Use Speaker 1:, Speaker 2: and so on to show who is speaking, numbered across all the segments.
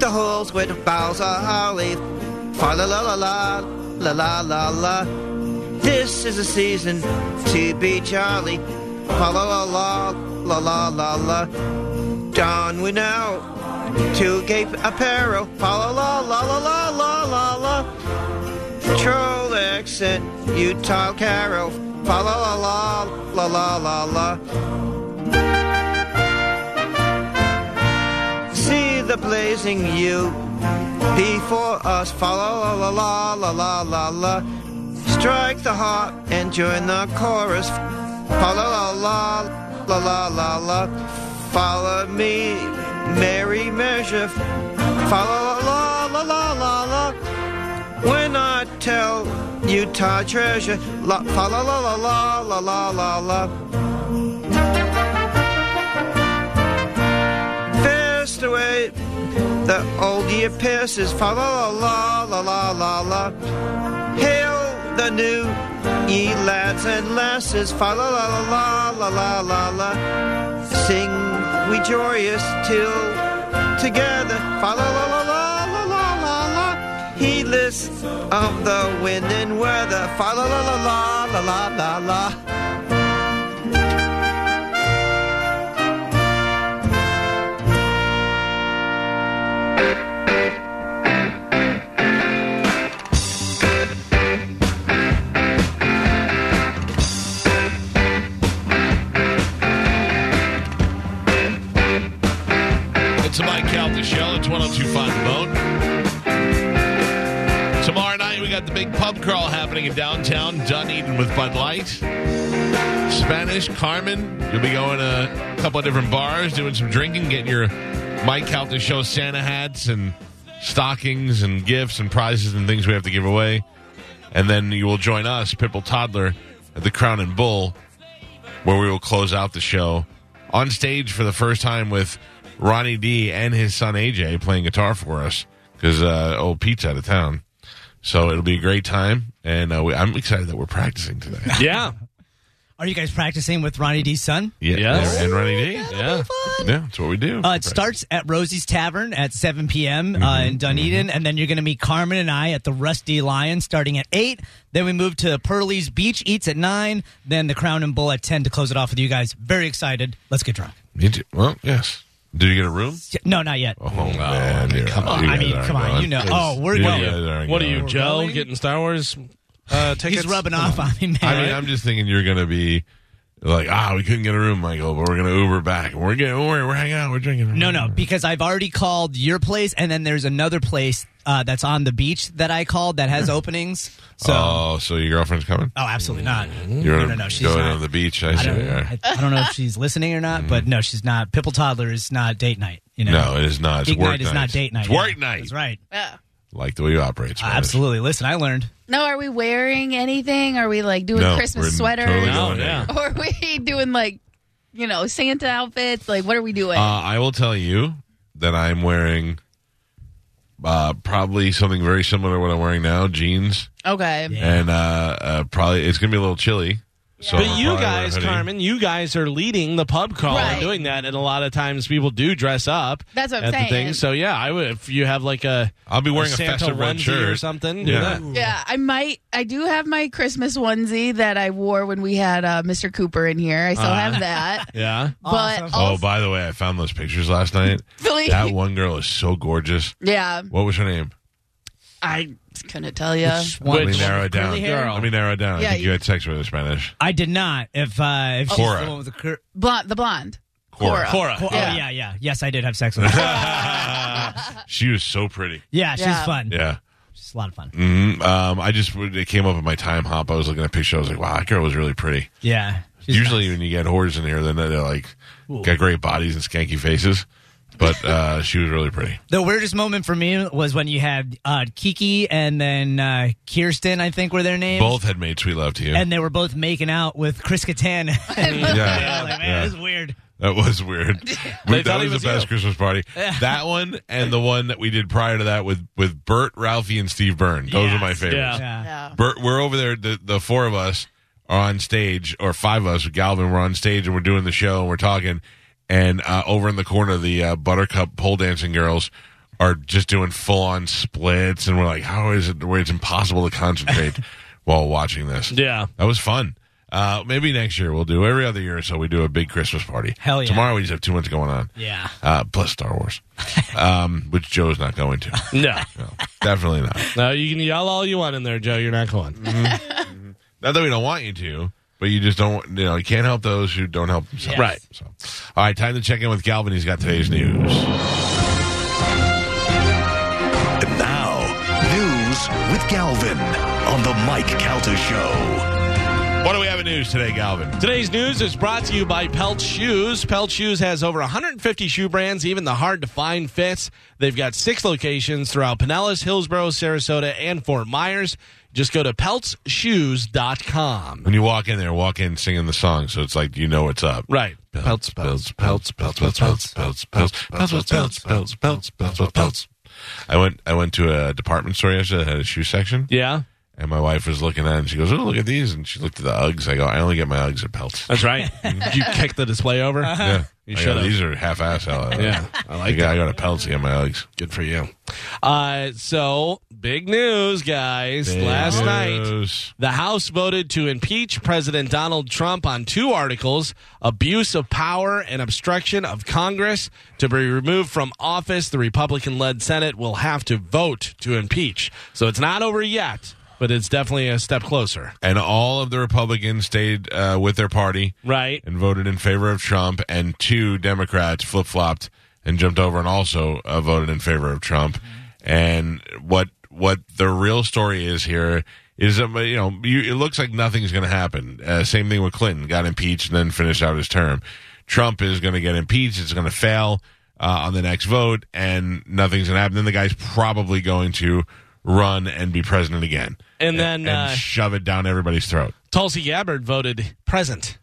Speaker 1: balls with boughs of holly. Fa la la la la, la la la la. This is a season to be jolly. Fa la la la, la la la la. Don we now to gape apparel. Fa la la la la la la la la. Troll accent, Utah carol. Fa la la la, la la la la. See the blazing you before us. Follow la la la la la la la. Strike the heart and join the chorus. Follow la la la la la la. Follow me, merry measure. Follow la la la la la. When I tell Utah treasure, la fa la la la la la la la la. Fast away, the old year passes. Fa la la la la la la la. Hail the new ye lads and lasses. Fa la la la la la la la. Sing we joyous till together. Fa la la la la la la la la. Heedless of the wind and weather. Fa la la la la la la la la.
Speaker 2: It's a Mike Calta show. It's 1025 The Bone. Tomorrow night, we got the big pub crawl happening in downtown Dunedin with Bud Light. Spanish, Carmen. You'll be going to a couple of different bars, doing some drinking, getting your Mike Calta show Santa hats and stockings and gifts and prizes and things we have to give away. And then you will join us, Pipple Toddler, at the Crown and Bull where we will close out the show on stage for the first time with Ronnie D and his son AJ playing guitar for us because uh, old Pete's out of town. So it'll be a great time, and uh, we, I'm excited that we're practicing today.
Speaker 3: Yeah.
Speaker 4: Are you guys practicing with Ronnie D's son?
Speaker 2: Yeah,
Speaker 3: Yes.
Speaker 2: and Ronnie D. Yeah,
Speaker 3: Yeah.
Speaker 2: that's what we do.
Speaker 4: Uh, it starts at Rosie's Tavern at 7 p.m. Uh,
Speaker 2: Mm-hmm.
Speaker 4: in Dunedin, and then you're going to meet Carmen and I at the Rusty Lion starting at 8. Then we move to Pearlie's Beach Eats at 9, then the Crown and Bull at 10 to close it off with you guys. Very excited. Let's get drunk.
Speaker 2: You do- Well, yes. Did you get a room?
Speaker 4: Yeah, No, not yet.
Speaker 2: Oh, man, you're-
Speaker 4: come on.
Speaker 2: you
Speaker 4: I
Speaker 2: guys
Speaker 4: mean,
Speaker 2: aren't
Speaker 4: come on,
Speaker 2: going.
Speaker 4: you know.
Speaker 2: Yes.
Speaker 4: Oh, we're
Speaker 2: You
Speaker 4: going.
Speaker 2: guys aren't
Speaker 3: What are
Speaker 2: going.
Speaker 3: you, Joe,
Speaker 4: Really?
Speaker 3: getting Star Wars uh, tickets?
Speaker 4: He's rubbing off on me, man.
Speaker 2: Oh. I mean, I'm just thinking you're going to be like, ah, we couldn't get a room, Michael, but we're going to Uber back. We're getting, don't worry, we're hanging out, we're drinking.
Speaker 4: No, no, because I've already called your place, and then there's another place uh, that's on the beach that I called that has openings. So,
Speaker 2: Oh, so your girlfriend's coming?
Speaker 4: oh, absolutely not.
Speaker 2: You're
Speaker 4: no,
Speaker 2: gonna
Speaker 4: no, no, she's
Speaker 2: go
Speaker 4: not.
Speaker 2: on the beach. I,
Speaker 4: I
Speaker 2: see.
Speaker 4: don't,
Speaker 2: All
Speaker 4: I,
Speaker 2: right.
Speaker 4: I don't know if she's listening or not, but no, she's not. Pipple Toddler is not date night. You know,
Speaker 2: Mm-hmm. No, it is not. It's
Speaker 4: Date
Speaker 2: work
Speaker 4: night is
Speaker 2: night.
Speaker 4: not date night.
Speaker 2: It's
Speaker 4: yeah.
Speaker 2: work night.
Speaker 4: That's right. Uh,
Speaker 5: Yeah.
Speaker 2: Like the way you operate. Spanish.
Speaker 4: Absolutely. Listen, I learned.
Speaker 5: Now, are we wearing anything? Are we like doing
Speaker 2: No,
Speaker 5: Christmas
Speaker 2: we're
Speaker 5: sweaters?
Speaker 2: Totally
Speaker 3: No,
Speaker 2: going
Speaker 3: yeah.
Speaker 2: there.
Speaker 5: Or are we doing like, you know, Santa outfits? Like, what are we doing?
Speaker 2: Uh, I will tell you that I'm wearing uh, probably something very similar to what I'm wearing now, jeans,
Speaker 5: okay.
Speaker 2: and uh, uh, probably it's gonna be a little chilly. So I'll
Speaker 3: But
Speaker 2: probably
Speaker 3: you
Speaker 2: wear a
Speaker 3: guys,
Speaker 2: hoodie.
Speaker 3: Carmen, you guys are leading the pub crawl and
Speaker 5: Right.
Speaker 3: doing that, and a lot of times people do dress up.
Speaker 5: That's what I'm
Speaker 3: at the
Speaker 5: saying.
Speaker 3: thing. So yeah, I would if you have like a
Speaker 2: I'll be wearing a,
Speaker 3: Santa
Speaker 2: festive red
Speaker 3: onesie
Speaker 2: shirt
Speaker 3: or something. do
Speaker 2: Yeah.
Speaker 3: that.
Speaker 5: Yeah, I might. I do have my Christmas onesie that I wore when we had uh, Mr. Cooper in here. I still have that.
Speaker 3: yeah.
Speaker 5: But
Speaker 2: Uh, Oh,
Speaker 5: also,
Speaker 2: by the way, I found those pictures last night.
Speaker 5: Really?
Speaker 2: that one girl is so gorgeous.
Speaker 5: yeah,
Speaker 2: What was her name?
Speaker 5: I couldn't tell you.
Speaker 2: Let me
Speaker 3: Which-
Speaker 2: narrow it down.
Speaker 4: curly hair?
Speaker 2: Let me narrow it down. I
Speaker 5: Yeah,
Speaker 2: think you
Speaker 5: you-
Speaker 2: had sex with her Spanish.
Speaker 4: I did not. If uh, if she's
Speaker 2: Cora.
Speaker 4: the one with the cur-
Speaker 5: Blonde, the blonde.
Speaker 2: Cora.
Speaker 3: Cora.
Speaker 4: oh
Speaker 5: Yeah.
Speaker 4: yeah, yeah, yes, I did have sex with her. Uh,
Speaker 2: She was so pretty.
Speaker 4: yeah, she's
Speaker 5: Yeah.
Speaker 4: fun.
Speaker 2: Yeah.
Speaker 4: She's a lot of fun.
Speaker 2: Mm, um, I just it came up in my time hop. I was looking at pictures. I was like, wow, that girl was really pretty.
Speaker 4: Yeah, she's
Speaker 2: Usually, when you get whores in here, then they're like got great bodies and skanky faces. But uh, she was really pretty.
Speaker 4: The weirdest moment for me was when you had uh, Kiki and then uh, Kirsten, I think were their names.
Speaker 2: Both had made sweet love to you.
Speaker 4: And they were both making out with Chris Kattan.
Speaker 2: yeah,
Speaker 4: I was like, man,
Speaker 2: yeah.
Speaker 4: this is weird.
Speaker 2: that was weird. We- that
Speaker 3: thought
Speaker 2: was,
Speaker 3: it was
Speaker 2: the best
Speaker 3: you.
Speaker 2: Christmas party. That one and the one that we did prior to that with with Bert, Ralphie, and Steve Byrne. Those are my
Speaker 4: Yes.
Speaker 2: favorites.
Speaker 4: Yeah.
Speaker 5: Yeah.
Speaker 2: Bert, we're over there. The, the four of us are on stage, or five of us. Galvin, we're on stage and we're doing the show and we're talking. And uh, over in the corner, the uh, Buttercup pole dancing girls are just doing full on splits, and we're like, how is it where it's impossible to concentrate while watching this?
Speaker 3: Yeah.
Speaker 2: That was fun. Uh, maybe next year we'll do every other year or so we do a big Christmas party.
Speaker 4: Hell yeah.
Speaker 2: Tomorrow we just have too much going on.
Speaker 4: Yeah.
Speaker 2: Uh, plus Star Wars, um, which Joe's not going to.
Speaker 3: No.
Speaker 2: No, definitely not.
Speaker 3: No, you can yell all you want in there, Joe. You're not going.
Speaker 2: Not that we don't want you to, but you just don't. You know, you can't help those who don't help themselves.
Speaker 3: Yes. Right.
Speaker 2: So, all right, time to check in with Galvin. He's got today's news.
Speaker 6: And now, news with Galvin on the Mike Calter Show.
Speaker 2: What do we have in news today, Galvin?
Speaker 3: Today's news is brought to you by Pelt Shoes. Pelt Shoes has over 150 shoe brands, even the hard to find fits. They've got six locations throughout Pinellas, Hillsborough, Sarasota, and Fort Myers. Just go to peltshoes.com.
Speaker 2: When you walk in there, walk in singing the song, so it's like you know what's up.
Speaker 3: Right.
Speaker 2: Pelts, pelts, pelts, pelts, pelts, pelts, pelts, pelts, pelts, pelts, pelts, pelts, pelts, pelts, pelts, pelts. I went. I went to a department store yesterday that had a shoe section,
Speaker 3: Yeah.
Speaker 2: and my wife was looking at it, and she goes, "Oh, look at these!" And she looked at the Uggs. I go, "I only get my Uggs at Pelts."
Speaker 3: That's right. you kick the display over.
Speaker 2: Yeah,
Speaker 3: You
Speaker 2: I go,
Speaker 3: should've.
Speaker 2: These are half-ass. out.
Speaker 3: Yeah,
Speaker 2: I like. I got a Pelts to get my Uggs.
Speaker 3: Good for you. Uh, so, big news, guys. Last night,
Speaker 2: News.
Speaker 3: The House voted to impeach President Donald Trump on two articles abuse of power and obstruction of Congress. To be removed from office, the Republican led Senate will have to vote to impeach. So it's not over yet, but it's definitely a step closer.
Speaker 2: and all of the Republicans stayed uh, with their party,
Speaker 3: Right.
Speaker 2: and voted in favor of Trump, and two Democrats flip flopped and jumped over and also uh, voted in favor of Trump. And what what the real story is here is that you know you, it looks like nothing's going to happen. Uh, same thing with Clinton, got impeached and then finished out his term. Trump is going to get impeached. It's going to fail uh, on the next vote, and nothing's going to happen. Then the guy's probably going to run and be president again,
Speaker 3: And then, uh,
Speaker 2: shove it down everybody's throat.
Speaker 3: Tulsi Gabbard voted present.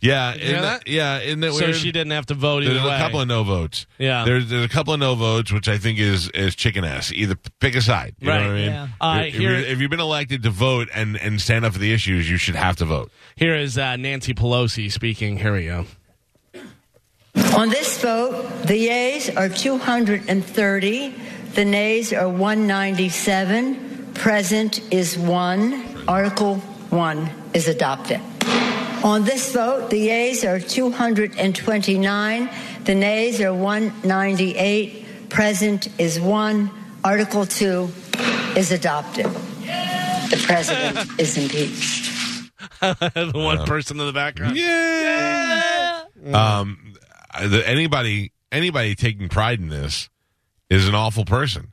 Speaker 2: Yeah,
Speaker 3: you
Speaker 2: isn't
Speaker 3: know
Speaker 2: that, yeah, isn't that
Speaker 3: So
Speaker 2: weird?
Speaker 3: she didn't have to vote either
Speaker 2: there's
Speaker 3: way.
Speaker 2: a couple of no votes.
Speaker 3: Yeah.
Speaker 2: there's there's a couple of no votes, which I think is is chicken ass. Either p- pick a side. You
Speaker 3: Right,
Speaker 2: Know what I mean?
Speaker 3: yeah. Uh,
Speaker 2: if,
Speaker 3: here-
Speaker 2: you, if you've been elected to vote and and stand up for the issues, you should have to vote.
Speaker 3: Here is uh, Nancy Pelosi speaking. Here we go.
Speaker 7: On this vote, the yeas are 230, the nays are 197, present is 1, Article 1 is adopted. On this vote, the yeas are 229, the nays are 198, present is 1, Article 2 is adopted. The president is impeached.
Speaker 3: the one person in the background.
Speaker 2: Yeah. Um, I- the- anybody anybody taking pride in this is an awful person.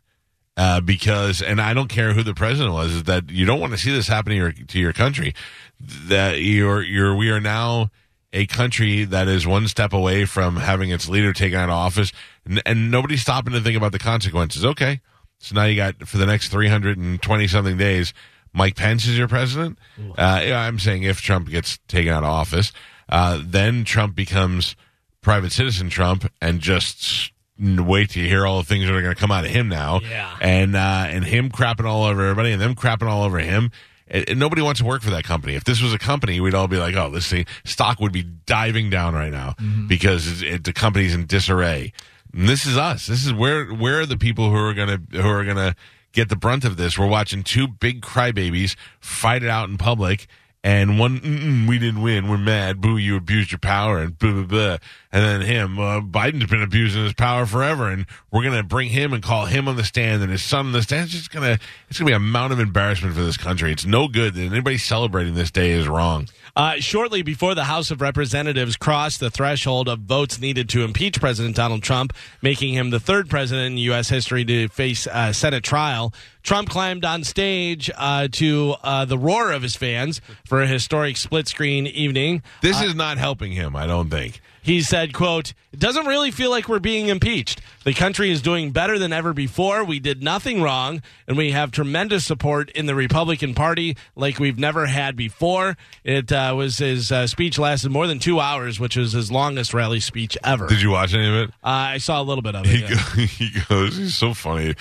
Speaker 2: Uh, because, and I don't care who the president was, is that you don't want to see this happen to your to your country. That you're you're we are now a country that is one step away from having its leader take on office, and, and nobody's stopping to think about the consequences. Okay, so now you got for the next three hundred and twenty something days, Mike Pence is your president. Uh, yeah, I'm saying if Trump gets taken out of office, uh, then Trump becomes private citizen Trump and just n- wait to hear all the things that are going to come out of him now.
Speaker 3: Yeah.
Speaker 2: And, uh, and him crapping all over everybody and them crapping all over him. And, and nobody wants to work for that company. If this was a company, we'd all be like, oh, this thing, stock would be diving down right now because it, it, the company's in disarray. And this is us. This is where, where are the people who are going to, who are going to get the brunt of this? We're watching two big crybabies fight it out in public and one, Mm-mm, we didn't win. We're mad. Boo, you abused your power and blah, blah, blah. And then him, uh, Biden's been abusing his power forever. And we're going to bring him and call him on the stand and his son on the stand. It's just going to, it's going to be a mountain of embarrassment for this country. It's no good that anybody celebrating this day is wrong.
Speaker 3: Uh, shortly before the House of Representatives crossed the threshold of votes needed to impeach President Donald Trump, making him the third president in U.S. history to face a Senate trial, Trump climbed on stage uh, to uh, the roar of his fans for a historic split screen evening.
Speaker 2: This is not helping him, I don't think.
Speaker 3: He said, quote, It doesn't really feel like we're being impeached. The country is doing better than ever before. We did nothing wrong, and we have tremendous support in the Republican Party like we've never had before. It uh, was his uh, speech lasted more than two hours, which was his longest rally speech ever.
Speaker 2: Did you watch any of it?
Speaker 3: uh, I saw a little bit of
Speaker 2: He,
Speaker 3: it. yeah.
Speaker 2: go, he goes, he's so funny.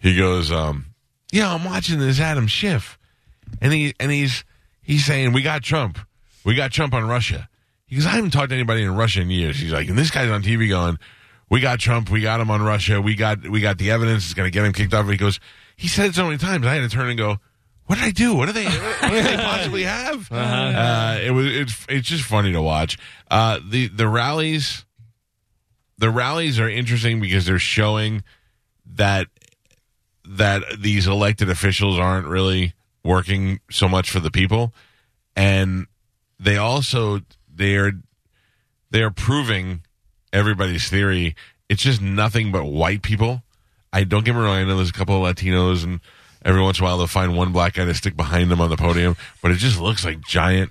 Speaker 2: He goes, um, yeah, I'm watching this Adam Schiff, and he and he's he's saying we got Trump, we got Trump on Russia. He goes, I haven't talked to anybody in Russia in years. He's like, and this guy's on TV going, we got Trump, we got him on Russia, we got we got the evidence. It's going to get him kicked off. He goes, he said it so many times. I had to turn and go, what did I do? What do they? What do they possibly have? uh it was it's it's just funny to watch. Uh, the the rallies, the rallies are interesting because they're showing that that these elected officials aren't really working so much for the people and they also they are they are proving everybody's theory it's just nothing but white people i don't get me wrong i know there's a couple of latinos and every once in a while they'll find one black guy to stick behind them on the podium but it just looks like giant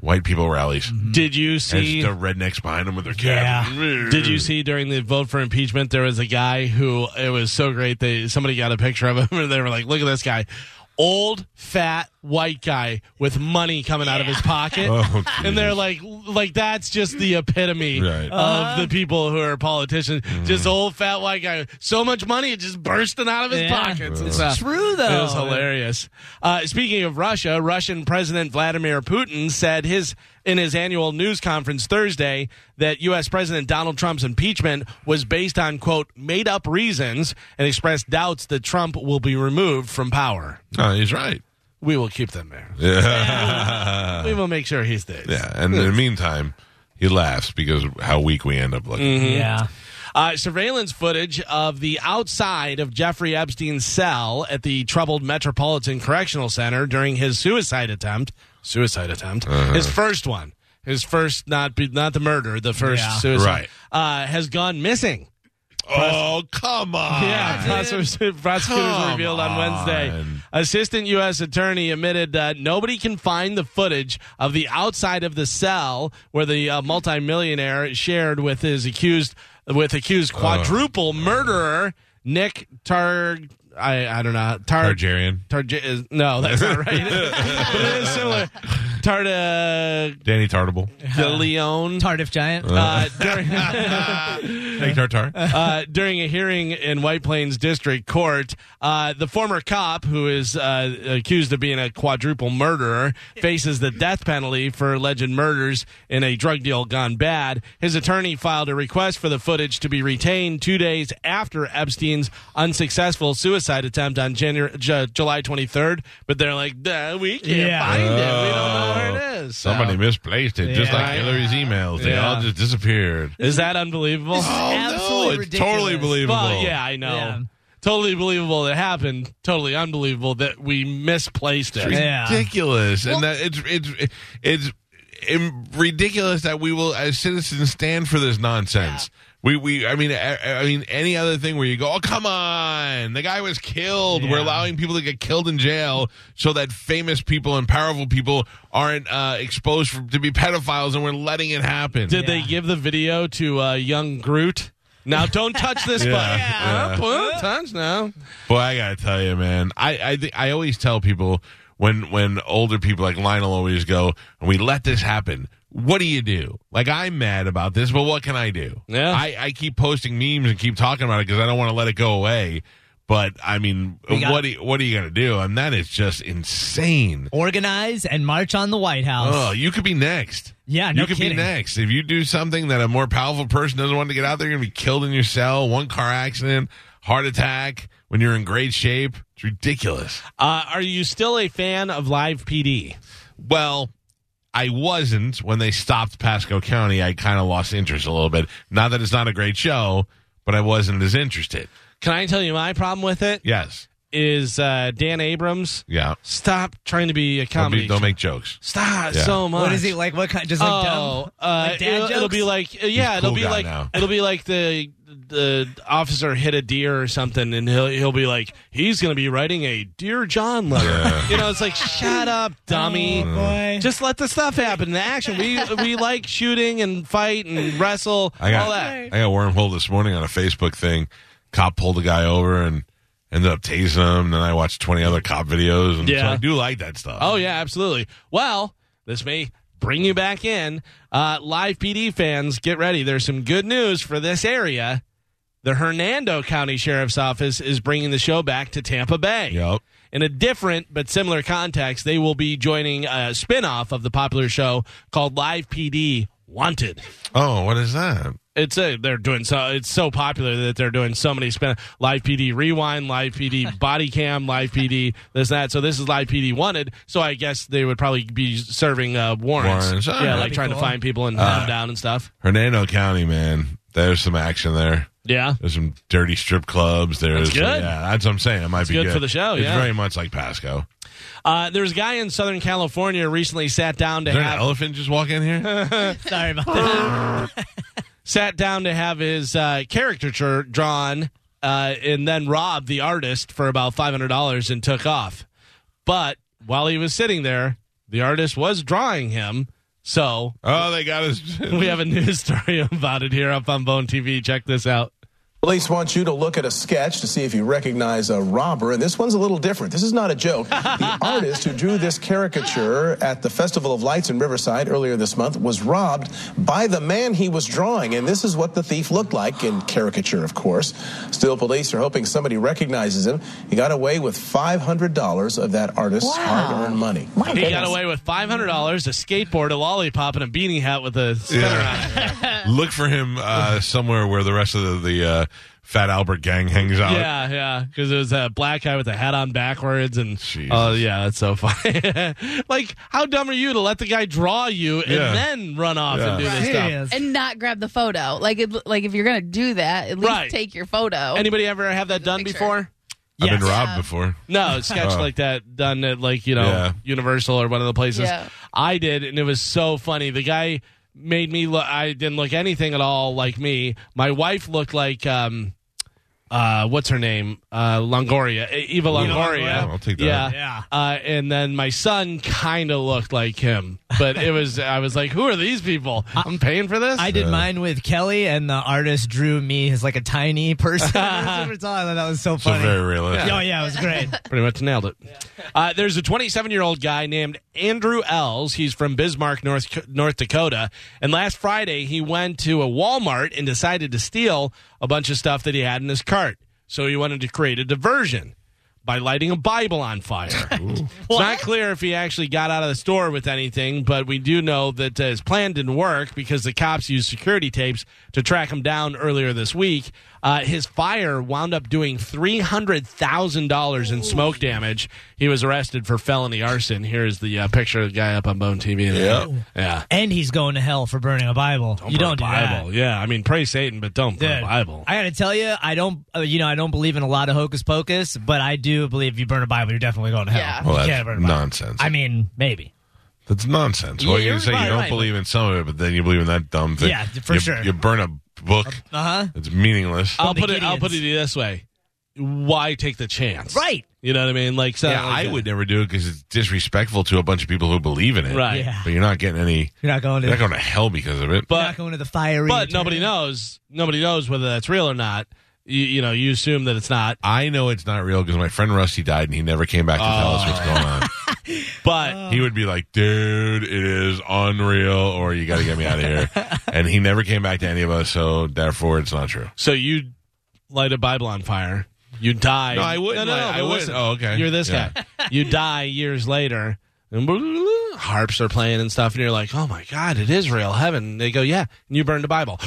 Speaker 2: white people rallies
Speaker 3: Did you
Speaker 2: and
Speaker 3: Mm-hmm. see?
Speaker 2: it's the rednecks behind them with their
Speaker 4: Yeah.
Speaker 2: cap
Speaker 3: Did you see during the vote for impeachment there was a guy who it was so great they somebody got a picture of him and they were like, look at this guy, old fat white guy with money coming out of his pocket,
Speaker 2: Oh,
Speaker 3: and they're
Speaker 2: Jesus.
Speaker 3: like, like that's just the epitome
Speaker 2: Right.
Speaker 3: of
Speaker 4: Uh-huh.
Speaker 3: the people who are politicians, just old fat white guy, so much money it just bursting out of his
Speaker 4: Yeah.
Speaker 3: pockets. and
Speaker 4: It's
Speaker 3: stuff.
Speaker 4: true,
Speaker 3: It
Speaker 4: though.
Speaker 3: was hilarious. Uh, speaking of Russia, Russian President Vladimir Putin said his in his annual news conference Thursday that U.S. President Donald Trump's impeachment was based on quote made up reasons and expressed doubts that Trump will be removed from power.
Speaker 2: no Oh, he's right
Speaker 3: We will keep them there.
Speaker 2: yeah
Speaker 3: We will make sure he stays.
Speaker 2: yeah and in the meantime he laughs because of how weak we end up
Speaker 3: Mm-hmm.
Speaker 2: looking
Speaker 4: Yeah.
Speaker 3: Uh, surveillance footage of the outside of Jeffrey Epstein's cell at the troubled Metropolitan Correctional Center during his suicide attempt. Suicide attempt. His first one. His first, not be, not the murder, the first
Speaker 4: Yeah.
Speaker 3: suicide. Uh, has gone missing.
Speaker 2: oh come on
Speaker 3: Yeah, prosecutors, prosecutors
Speaker 2: Come
Speaker 3: revealed on Wednesday.
Speaker 2: on.
Speaker 3: Assistant U.S. Attorney admitted uh, nobody can find the footage of the outside of the cell where the uh, multimillionaire shared with his accused with accused quadruple murderer Nick Targ. I, I don't know Tar-
Speaker 2: Targaryen.
Speaker 3: Targ- is, no, that's not right. but it is similar. Tarda
Speaker 2: Danny Tartable.
Speaker 3: de Leon.
Speaker 4: Tardiff
Speaker 2: Uh-huh.
Speaker 4: giant.
Speaker 3: Uh, during,
Speaker 2: Hey, Tartar.
Speaker 3: uh, during a hearing in White Plains District Court, uh, the former cop, who is uh, accused of being a quadruple murderer, faces the death penalty for alleged murders in a drug deal gone bad. His attorney filed a request for the footage to be retained two days after Epstein's unsuccessful suicide attempt on January, Ju- July 23rd, but they're like, "Duh, we can't
Speaker 4: Yeah.
Speaker 3: find it. We don't know where it is. So-
Speaker 2: Somebody misplaced it, just
Speaker 4: Yeah.
Speaker 2: like Hillary's emails. They
Speaker 3: Yeah.
Speaker 2: all just disappeared.
Speaker 3: Is that unbelievable?
Speaker 4: Absolutely
Speaker 2: it's
Speaker 4: ridiculous.
Speaker 2: totally believable.
Speaker 3: Well, yeah, I know.
Speaker 4: Yeah.
Speaker 3: Totally believable that it happened. Totally unbelievable that we misplaced it.
Speaker 4: Yeah.
Speaker 2: ridiculous, and that it's it's it's im- ridiculous that we will as citizens stand for this nonsense. We, we I mean I, I mean any other thing where you go oh come on the guy was killed we're
Speaker 4: Yeah.
Speaker 2: allowing people to get killed in jail so that famous people and powerful people aren't uh, exposed for, to be pedophiles and we're letting it happen
Speaker 3: Did they
Speaker 4: Yeah.
Speaker 3: give the video to uh, young Groot? Now don't touch this
Speaker 2: Yeah.
Speaker 3: button.
Speaker 2: Yeah.
Speaker 3: Huh? Well, Touch now.
Speaker 2: Boy, I gotta tell you, man. I I, thi- I always tell people when when older people like Lionel always go, and we let this happen. What do you do? Like I'm mad about this, but what can I do?
Speaker 3: Yeah.
Speaker 2: I, I keep posting memes and keep talking about it because I don't want to let it go away. But I mean,
Speaker 4: We got-
Speaker 2: what do you, what are you gonna do? And that is just insane.
Speaker 4: Organize and march on the White House.
Speaker 2: Oh, you could be next.
Speaker 4: Yeah,
Speaker 2: you
Speaker 4: no
Speaker 2: could
Speaker 4: kidding.
Speaker 2: be next. If you do something that a more powerful person doesn't want to get out there, you're gonna be killed in your cell, one car accident, heart attack when you're in great shape. It's ridiculous.
Speaker 3: Uh, are you still a fan of Live PD?
Speaker 2: Well, I wasn't when they stopped Pasco County. I kind of lost interest a little bit. Not that it's not a great show, but I wasn't as interested.
Speaker 3: Can I tell you my problem with it?
Speaker 2: Yes.
Speaker 3: Is uh, Dan Abrams
Speaker 2: Yeah.
Speaker 3: stop trying to be a
Speaker 2: Don't,
Speaker 3: comedy?
Speaker 2: be, don't
Speaker 3: show.
Speaker 2: make jokes.
Speaker 3: stop
Speaker 2: Yeah.
Speaker 3: so much.
Speaker 4: What is he like? What kind? Just like
Speaker 3: Oh,
Speaker 4: dumb?
Speaker 3: uh,
Speaker 4: Like dad
Speaker 3: it'll, it'll
Speaker 4: jokes?
Speaker 3: be like uh, yeah,
Speaker 2: He's a
Speaker 3: it'll
Speaker 2: cool
Speaker 3: be
Speaker 2: guy
Speaker 3: like
Speaker 2: now.
Speaker 3: it'll be like the the officer hit a deer or something, and he'll he'll be like he's gonna be writing a dear John letter. You know, it's like shut up, dummy.
Speaker 4: Oh, boy.
Speaker 3: Mm. Just let the stuff happen. The action. We we like shooting and fight and wrestle.
Speaker 2: I got
Speaker 3: all that.
Speaker 2: I got wormhole this morning on a Facebook thing. Cop pulled a guy over and ended up tasing him. Then I watched twenty other cop videos. And So
Speaker 3: Yeah.
Speaker 2: I do like that stuff.
Speaker 3: Oh yeah, absolutely. Well, this may bring you back in. Uh, live PD fans, get ready. There's some good news for this area. The Hernando County Sheriff's Office is bringing the show back to Tampa Bay.
Speaker 2: Yep.
Speaker 3: In a different but similar context, they will be joining a spin-off of the popular show called Live PD Wanted.
Speaker 2: Oh, what is that?
Speaker 3: It's a, they're doing so. It's so popular that they're doing so many spin live PD rewind, live PD body cam, live PD this that. So this is live PD wanted. So I guess they would probably be serving uh, warrants.
Speaker 2: Warrants, all
Speaker 3: yeah,
Speaker 2: right.
Speaker 3: like trying to find people and hunt them down and stuff.
Speaker 2: Hernando County, man. There's some action there.
Speaker 3: Yeah,
Speaker 2: There's some dirty strip clubs. There's
Speaker 3: That's good.
Speaker 2: yeah, that's what I'm saying. It might be
Speaker 3: good
Speaker 2: good,
Speaker 3: for the show,
Speaker 2: It's
Speaker 3: yeah.
Speaker 2: very much like Pasco.
Speaker 3: uh, there was a guy in Southern California recently sat down to
Speaker 2: Is there an
Speaker 3: have
Speaker 2: elephant just walk in here?
Speaker 4: Sorry about that.
Speaker 3: sat down to have his uh, caricature drawn uh, and then robbed the artist for about $500 and took off. But while he was sitting there, the artist was drawing him. So
Speaker 2: oh, they got us.
Speaker 3: we have a news story about it here up on Bone TV. Check this out.
Speaker 8: Police want you to look at a sketch to see if you recognize a robber, and this one's a little different. This is not a joke. The artist who drew this caricature at the Festival of Lights in Riverside earlier this month was robbed by the man he was drawing, and this is what the thief looked like in caricature, of course. Still, police are hoping somebody recognizes him. He got away with $500 of that artist's hard-earned money.
Speaker 3: He got away with $500, a skateboard, a lollipop, and a beanie hat with a spinner on it.
Speaker 2: Look for him uh, somewhere where the rest of the, the uh, Fat Albert gang hangs out.
Speaker 3: Yeah, yeah. Because it was a black guy with a hat on backwards, and
Speaker 2: Jesus.
Speaker 3: oh yeah, that's so funny. like, how dumb are you to let the guy draw you and
Speaker 2: Yeah.
Speaker 3: then run off
Speaker 2: Yeah.
Speaker 3: and do this stuff?
Speaker 4: Serious.
Speaker 5: and not grab the photo. Like, it, like if you're gonna do that, at least
Speaker 3: Right.
Speaker 5: take your photo.
Speaker 3: Anybody ever have that done
Speaker 5: picture.
Speaker 3: before?
Speaker 2: I've been
Speaker 4: Yes.
Speaker 2: robbed before.
Speaker 3: No, sketch
Speaker 2: Oh.
Speaker 3: like that done at like you know
Speaker 2: Yeah.
Speaker 3: Universal or one of the places.
Speaker 5: Yeah.
Speaker 3: I did, and it was so funny. The guy made me look. I didn't look anything at all like me. My wife looked like um, uh, what's her name? Uh, Longoria, E- Eva Longoria.
Speaker 2: Longoria. I'll take that.
Speaker 3: Yeah,
Speaker 4: Yeah.
Speaker 3: Uh, and then my son kind of looked like him, but it was. I was like, who are these people? I'm paying for this.
Speaker 4: I did mine with Kelly, and the artist drew me as like a tiny person. I thought that was so
Speaker 2: So
Speaker 4: funny.
Speaker 2: very realistic.
Speaker 4: Oh yeah, it was great.
Speaker 3: pretty much nailed it. Uh, there's a 27 year old guy named Andrew Ells. He's from Bismarck, North North Dakota. And last Friday, he went to a Walmart and decided to steal a bunch of stuff that he had in his cart. So he wanted to create a diversion by lighting a Bible on fire. it's not clear if he actually got out of the store with anything, but we do know that uh, his plan didn't work because the cops used security tapes to track him down earlier this week. Uh, his fire wound up doing $300,000 in smoke damage. He was arrested for felony arson. Here is the uh, picture of the guy up on Bone TV.
Speaker 2: Yeah.
Speaker 3: Yeah.
Speaker 4: And he's going to hell for burning a Bible. you
Speaker 3: Burn
Speaker 4: don't do
Speaker 3: a
Speaker 4: that.
Speaker 3: Bible. Yeah, I mean, pray Satan, but don't burn a
Speaker 4: Dude,
Speaker 3: Bible.
Speaker 4: I gotta tell you, I don't. Uh, you know, I don't believe in a lot of hocus pocus, but I do believe if you burn a Bible, you're definitely going to hell.
Speaker 5: Yeah.
Speaker 4: You
Speaker 2: Well,
Speaker 4: can't burn
Speaker 2: that's
Speaker 4: a Bible.
Speaker 2: nonsense.
Speaker 4: I mean, maybe.
Speaker 2: that's nonsense. Well,
Speaker 3: Yeah,
Speaker 2: you're,
Speaker 3: you're
Speaker 2: saying you
Speaker 3: right,
Speaker 2: don't
Speaker 3: right.
Speaker 2: believe in some of it, but then you believe in that dumb thing.
Speaker 4: Yeah, for
Speaker 2: You-
Speaker 4: sure.
Speaker 2: You burn a book.
Speaker 4: Uh
Speaker 5: Uh-huh.
Speaker 4: huh.
Speaker 2: It's meaningless.
Speaker 3: I'll
Speaker 4: the
Speaker 3: put it. I'll
Speaker 4: Gideons.
Speaker 3: put it this way: Why take the chance?
Speaker 4: Right.
Speaker 3: You know what I mean? Like, so,
Speaker 2: yeah,
Speaker 3: like,
Speaker 2: I
Speaker 3: uh,
Speaker 2: would never do it because it's disrespectful to a bunch of people who believe in it.
Speaker 3: Right.
Speaker 4: Yeah.
Speaker 2: But you're not getting any.
Speaker 4: You're not going to.
Speaker 2: You're not going to hell because of it.
Speaker 4: you're not
Speaker 3: But
Speaker 4: going to the fiery.
Speaker 3: but
Speaker 4: eternity.
Speaker 3: nobody knows. Nobody knows whether that's real or not. You, you know, you assume that it's not.
Speaker 2: I know it's not real because my friend Rusty died and he never came back to tell us what's going on.
Speaker 3: But
Speaker 4: Oh.
Speaker 2: he would be like, dude, it is unreal, or you got to get me out of here. and he never came back to any of us, so therefore it's not true.
Speaker 3: so you light a Bible on fire. You die.
Speaker 2: No, I wouldn't
Speaker 3: No,
Speaker 2: light-
Speaker 3: no, no,
Speaker 2: I
Speaker 3: but
Speaker 2: wouldn't.
Speaker 3: listen,
Speaker 2: Oh, okay.
Speaker 3: You're this
Speaker 2: Yeah.
Speaker 3: guy. You die years later, and harps are playing and stuff, and you're like, "Oh my God, it is real heaven." And they go, "Yeah," and you burned a Bible.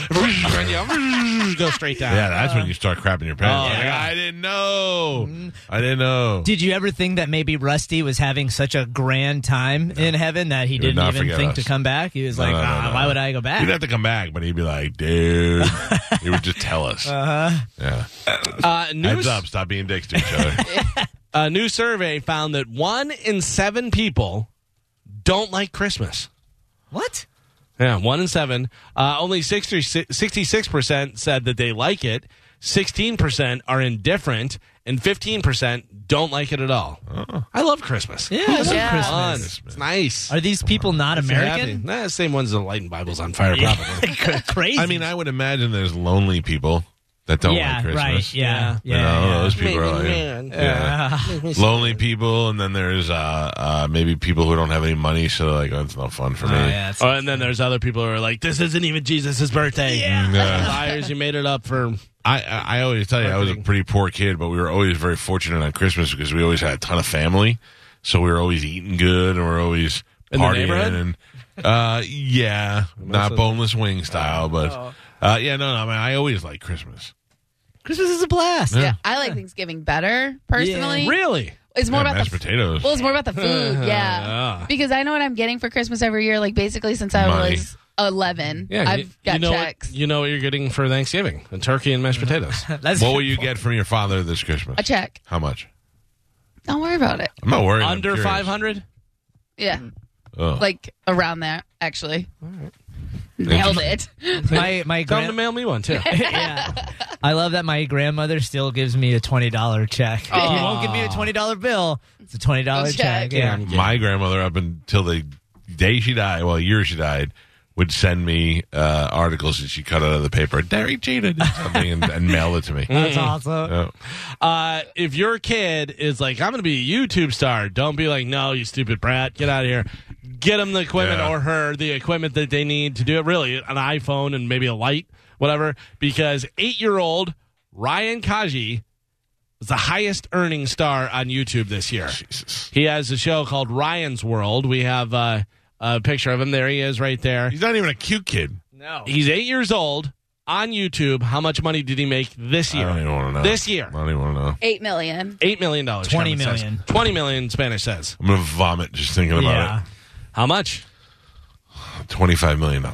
Speaker 3: go straight down.
Speaker 2: Yeah, that's when you start crapping your pants.
Speaker 3: Oh,
Speaker 2: Like,
Speaker 3: yeah.
Speaker 2: I didn't know.
Speaker 4: Mm-hmm.
Speaker 2: I didn't know.
Speaker 4: Did you ever think that maybe Rusty was having such a grand time in heaven that he,
Speaker 2: would
Speaker 4: didn't
Speaker 2: not
Speaker 4: even
Speaker 2: forget
Speaker 4: think
Speaker 2: us.
Speaker 4: to come back? He was
Speaker 2: No,
Speaker 4: like,
Speaker 2: no, no,
Speaker 4: "Ah,
Speaker 2: no.
Speaker 4: why would I go back?
Speaker 2: He'd have to come back, but he'd be like, dude. he would just tell us.
Speaker 4: Uh-huh.
Speaker 2: Yeah.
Speaker 3: Uh, news,
Speaker 2: Heads up, stop being dicks to each other.
Speaker 3: A new survey found that one in seven people don't like Christmas.
Speaker 4: what?
Speaker 3: Yeah, one in seven. Uh, only 66 percent said that they like it. Sixteen percent are indifferent, and fifteen percent don't like it at all. I love Christmas.
Speaker 4: Yeah, I love
Speaker 5: Yeah.
Speaker 3: It's
Speaker 4: Christmas.
Speaker 3: fun. It's nice.
Speaker 4: Oh. Are these people not American?
Speaker 3: Nah, same ones that lighting Bibles on fire,
Speaker 4: Yeah.
Speaker 3: probably.
Speaker 4: Crazy.
Speaker 2: I mean, I would imagine there's lonely people that don't
Speaker 4: yeah,
Speaker 2: like Christmas.
Speaker 4: right. Yeah,
Speaker 3: Yeah.
Speaker 4: yeah.
Speaker 2: you know,
Speaker 4: yeah.
Speaker 2: those people are like, yeah.
Speaker 4: Ah,
Speaker 2: lonely people, and then there's uh, uh, maybe people who don't have any money, so they're like, oh, it's not fun for me.
Speaker 4: Oh, yeah, it's-
Speaker 3: Oh, and then there's other people who are like, "This isn't even Jesus' birthday."
Speaker 4: Yeah.
Speaker 2: Yeah.
Speaker 3: liars! You made it up for
Speaker 2: I, I I always tell you, I was a pretty poor kid, but we were always very fortunate on Christmas because we always had a ton of family, so we were always eating good and we were always
Speaker 3: In the
Speaker 2: partying
Speaker 3: neighborhood?
Speaker 2: and Uh, yeah, not boneless wing style, but
Speaker 3: Oh.
Speaker 2: uh, yeah, no, no. I mean, I always like Christmas.
Speaker 4: Christmas is a blast.
Speaker 5: Yeah, I like Thanksgiving better personally.
Speaker 3: Really?
Speaker 5: It's more
Speaker 2: Yeah,
Speaker 5: about
Speaker 2: mashed
Speaker 5: the f-
Speaker 2: potatoes. Ah.
Speaker 5: Well, it's more about the food, yeah.
Speaker 3: Yeah.
Speaker 5: Because I know what I'm getting for Christmas every year. Like basically since I
Speaker 2: Money.
Speaker 5: was 11, I've
Speaker 3: you-
Speaker 5: got
Speaker 3: you know
Speaker 5: checks,
Speaker 3: What, you know what you're getting for Thanksgiving? A turkey and mashed potatoes.
Speaker 4: That's
Speaker 2: what will you get from your father this Christmas?
Speaker 5: a check.
Speaker 2: How much?
Speaker 5: Don't worry about it.
Speaker 2: I'm not worried. I'm
Speaker 3: Under
Speaker 2: curious.
Speaker 3: 500?
Speaker 5: Yeah,
Speaker 2: Oh.
Speaker 5: like around there actually. Nailed it.
Speaker 4: my my
Speaker 3: Tell 'em to
Speaker 4: grand-
Speaker 3: mail me one, too.
Speaker 4: yeah. I love that my grandmother still gives me a twenty dollar check. She won't give me a twenty dollar bill. It's a twenty dollar check.
Speaker 5: Check.
Speaker 4: Yeah.
Speaker 2: My grandmother, up until the day she died, well, year she died, would send me uh, articles that she cut out of the paper. Derry cheated or something and, and mail it to me.
Speaker 4: That's awesome.
Speaker 2: Mm. Yeah.
Speaker 3: Uh, if your kid is like, I'm going to be a YouTube star, don't be like, no, you stupid brat, get out of here. Get them the equipment
Speaker 2: Yeah.
Speaker 3: or her the equipment that they need to do it. Really, an iPhone and maybe a light, whatever. Because eight year old Ryan Kaji is the highest earning star on YouTube this year.
Speaker 2: Jesus.
Speaker 3: He has a show called Ryan's World. We have uh, a picture of him. There he is, right there.
Speaker 2: He's not even a cute kid.
Speaker 4: No.
Speaker 3: He's eight years old on YouTube. How much money did he make this
Speaker 2: I
Speaker 3: year?
Speaker 2: don't even want to know.
Speaker 3: This year.
Speaker 2: I don't even want to know.
Speaker 5: 8 million.
Speaker 3: Eight million dollars.
Speaker 4: 20
Speaker 3: Carmen says.
Speaker 4: million.
Speaker 3: Twenty million. Spanish says.
Speaker 2: I'm going to vomit just thinking about
Speaker 4: Yeah.
Speaker 3: How much?
Speaker 2: it. $25 million.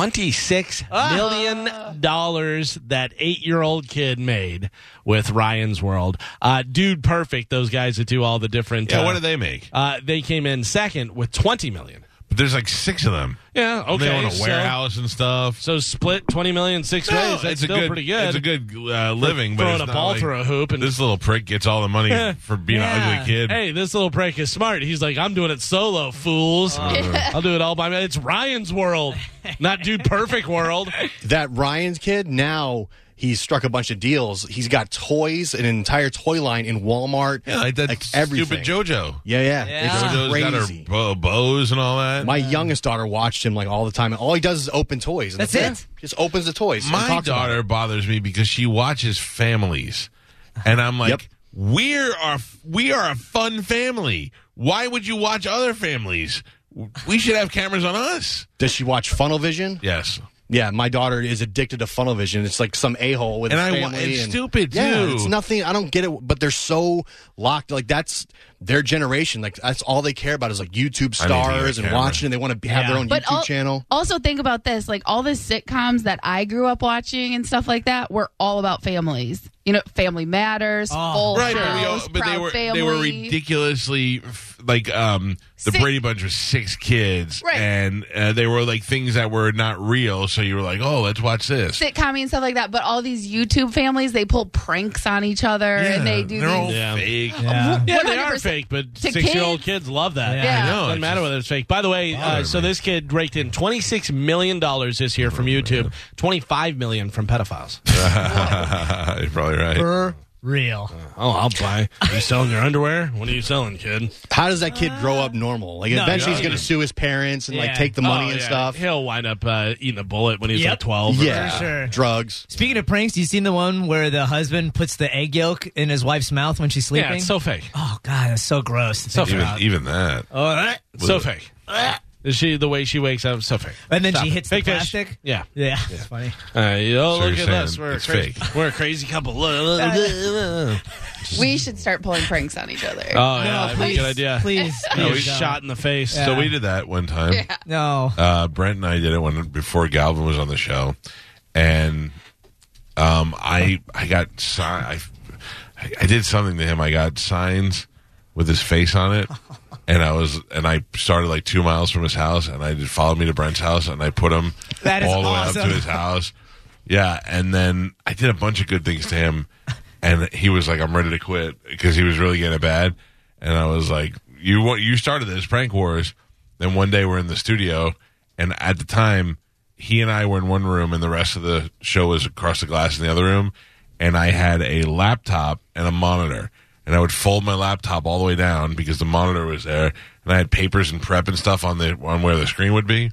Speaker 3: Twenty-six million dollars that eight-year-old kid made with Ryan's World. Uh, Dude, perfect. Those guys that do all the different.
Speaker 2: Yeah,
Speaker 3: uh,
Speaker 2: what do they make?
Speaker 3: Uh, they came in second with twenty million.
Speaker 2: But there's like six of them.
Speaker 3: Yeah.
Speaker 2: And
Speaker 3: Okay.
Speaker 2: They own a
Speaker 3: so-
Speaker 2: warehouse and stuff.
Speaker 3: So, split twenty million six
Speaker 2: No,
Speaker 3: ways. That's still
Speaker 2: good,
Speaker 3: pretty good.
Speaker 2: It's a good uh, living, but
Speaker 3: Throwing
Speaker 2: it's
Speaker 3: a
Speaker 2: not
Speaker 3: ball
Speaker 2: like,
Speaker 3: through a hoop and
Speaker 2: This little prick gets all the money
Speaker 3: Yeah.
Speaker 2: for being an
Speaker 4: Yeah.
Speaker 2: ugly kid.
Speaker 3: Hey, this little prank is smart. He's like, I'm doing it solo, fools.
Speaker 2: Uh.
Speaker 3: I'll do it all by my. It's Ryan's world, not Dude Perfect world.
Speaker 9: that Ryan's kid now he's struck a bunch of deals. He's got toys, an entire toy line in Walmart.
Speaker 2: Yeah, like that
Speaker 9: everything.
Speaker 2: stupid JoJo.
Speaker 9: Yeah, yeah,
Speaker 4: Yeah.
Speaker 9: It's
Speaker 2: JoJo's got
Speaker 9: crazy.
Speaker 2: her bo- bows and all that.
Speaker 9: My youngest daughter watched him like all the time, and all he does is open toys. And
Speaker 4: That's it.
Speaker 9: Just opens the toys. and
Speaker 2: My
Speaker 9: talks about
Speaker 2: daughter
Speaker 9: it.
Speaker 2: bothers me because she watches families, and I'm like,
Speaker 9: Yep.
Speaker 2: we're are we are a fun family. Why would you watch other families? We should have cameras on us.
Speaker 9: Does she watch Funnel Vision? Yeah.
Speaker 2: Yes,
Speaker 9: my daughter is addicted to Funnel Vision. It's like some a hole with
Speaker 2: and
Speaker 9: his
Speaker 2: I wa-
Speaker 9: family.
Speaker 2: it's
Speaker 9: and-
Speaker 2: stupid
Speaker 9: Yeah,
Speaker 2: too.
Speaker 9: it's nothing. I don't get it, but they're so locked. Like that's their generation. Like that's all they care about is like YouTube
Speaker 2: I need to get a
Speaker 9: stars and
Speaker 2: camera.
Speaker 9: watching. And they want to have their own YouTube
Speaker 5: al-
Speaker 9: channel.
Speaker 5: also think about this like all the sitcoms that I grew up watching and stuff like that were all about families. You know, Family Matters, Full
Speaker 2: Ah, Right, but, we all,
Speaker 5: House,
Speaker 2: but
Speaker 5: Proud
Speaker 2: they were
Speaker 5: Family.
Speaker 2: they were ridiculously f- like um the
Speaker 5: Six-
Speaker 2: Brady Bunch was six kids,
Speaker 5: Right.
Speaker 2: and uh, they were like things that were not real. So you were like, oh, let's watch this.
Speaker 5: sitcom and stuff like that. But all these YouTube families, they pull pranks on each other and they do
Speaker 2: are all
Speaker 5: these.
Speaker 3: Yeah.
Speaker 2: fake.
Speaker 4: Yeah.
Speaker 3: Yeah, they are
Speaker 5: 100%
Speaker 3: fake, but
Speaker 5: to
Speaker 3: six-year-old kids love that.
Speaker 4: Yeah.
Speaker 5: Yeah.
Speaker 2: I know.
Speaker 3: Doesn't
Speaker 2: it's
Speaker 3: matter
Speaker 2: just-
Speaker 3: whether it's fake. By the way, uh,
Speaker 2: bothered
Speaker 3: so
Speaker 2: me.
Speaker 3: this kid raked in twenty-six million dollars this year from YouTube, twenty-five million from pedophiles.
Speaker 2: You're probably right.
Speaker 4: For real.
Speaker 3: oh, I'll buy. Are you selling your underwear? What are you selling, kid?
Speaker 9: How does that kid grow up normal? Like
Speaker 4: No,
Speaker 9: eventually he's
Speaker 4: yeah.
Speaker 9: going to sue his parents and
Speaker 4: Yeah.
Speaker 9: like take the money and stuff.
Speaker 3: Oh, He'll wind up uh, eating a bullet when he's
Speaker 4: Yep.
Speaker 3: like twelve. or-
Speaker 9: Yeah,
Speaker 4: For sure.
Speaker 9: drugs.
Speaker 4: Speaking of pranks, you seen the one where the husband puts the egg yolk in his wife's mouth when she's sleeping?
Speaker 3: yeah, it's so fake.
Speaker 4: oh god, that's so gross. to think
Speaker 2: Even,
Speaker 4: about.
Speaker 2: even that.
Speaker 4: All right.
Speaker 3: So fake. Is she the way she wakes up? So fake.
Speaker 4: And then
Speaker 3: Stop
Speaker 4: she
Speaker 3: it.
Speaker 4: hits
Speaker 3: Fake
Speaker 4: the
Speaker 3: fish.
Speaker 4: plastic.
Speaker 3: Yeah.
Speaker 4: Yeah, it's funny.
Speaker 3: Uh, oh,
Speaker 2: So
Speaker 3: look
Speaker 2: you're
Speaker 3: at us.
Speaker 2: saying
Speaker 3: We're a
Speaker 2: it's
Speaker 3: crazy,
Speaker 2: fake.
Speaker 3: We're a crazy couple. oh,
Speaker 4: Uh,
Speaker 3: yeah,
Speaker 5: We should start pulling pranks on each other.
Speaker 3: Oh, that'd be a good idea.
Speaker 4: Please,
Speaker 3: No,
Speaker 4: please
Speaker 3: he's
Speaker 4: don't.
Speaker 3: shot in the face.
Speaker 2: So we did that one time.
Speaker 4: No.
Speaker 2: Uh, Brent and I did it when before Galvin was on the show, and um, I I got si- I I did something to him. I got signs with his face on it, and I was and I started like two miles from his house, and I did follow me to Brent's house, and I put him
Speaker 4: That is
Speaker 2: all the way up
Speaker 4: awesome.
Speaker 2: to his house. Yeah, and then I did a bunch of good things to him, and he was like, "I'm ready to quit" because he was really getting it bad, and I was like, "You what? You started this prank wars." Then one day we're in the studio, and at the time, he and I were in one room, and the rest of the show was across the glass in the other room, and I had a laptop and a monitor. And I would fold my laptop all the way down because the monitor was there, and I had papers and prep and stuff on the on where the screen would be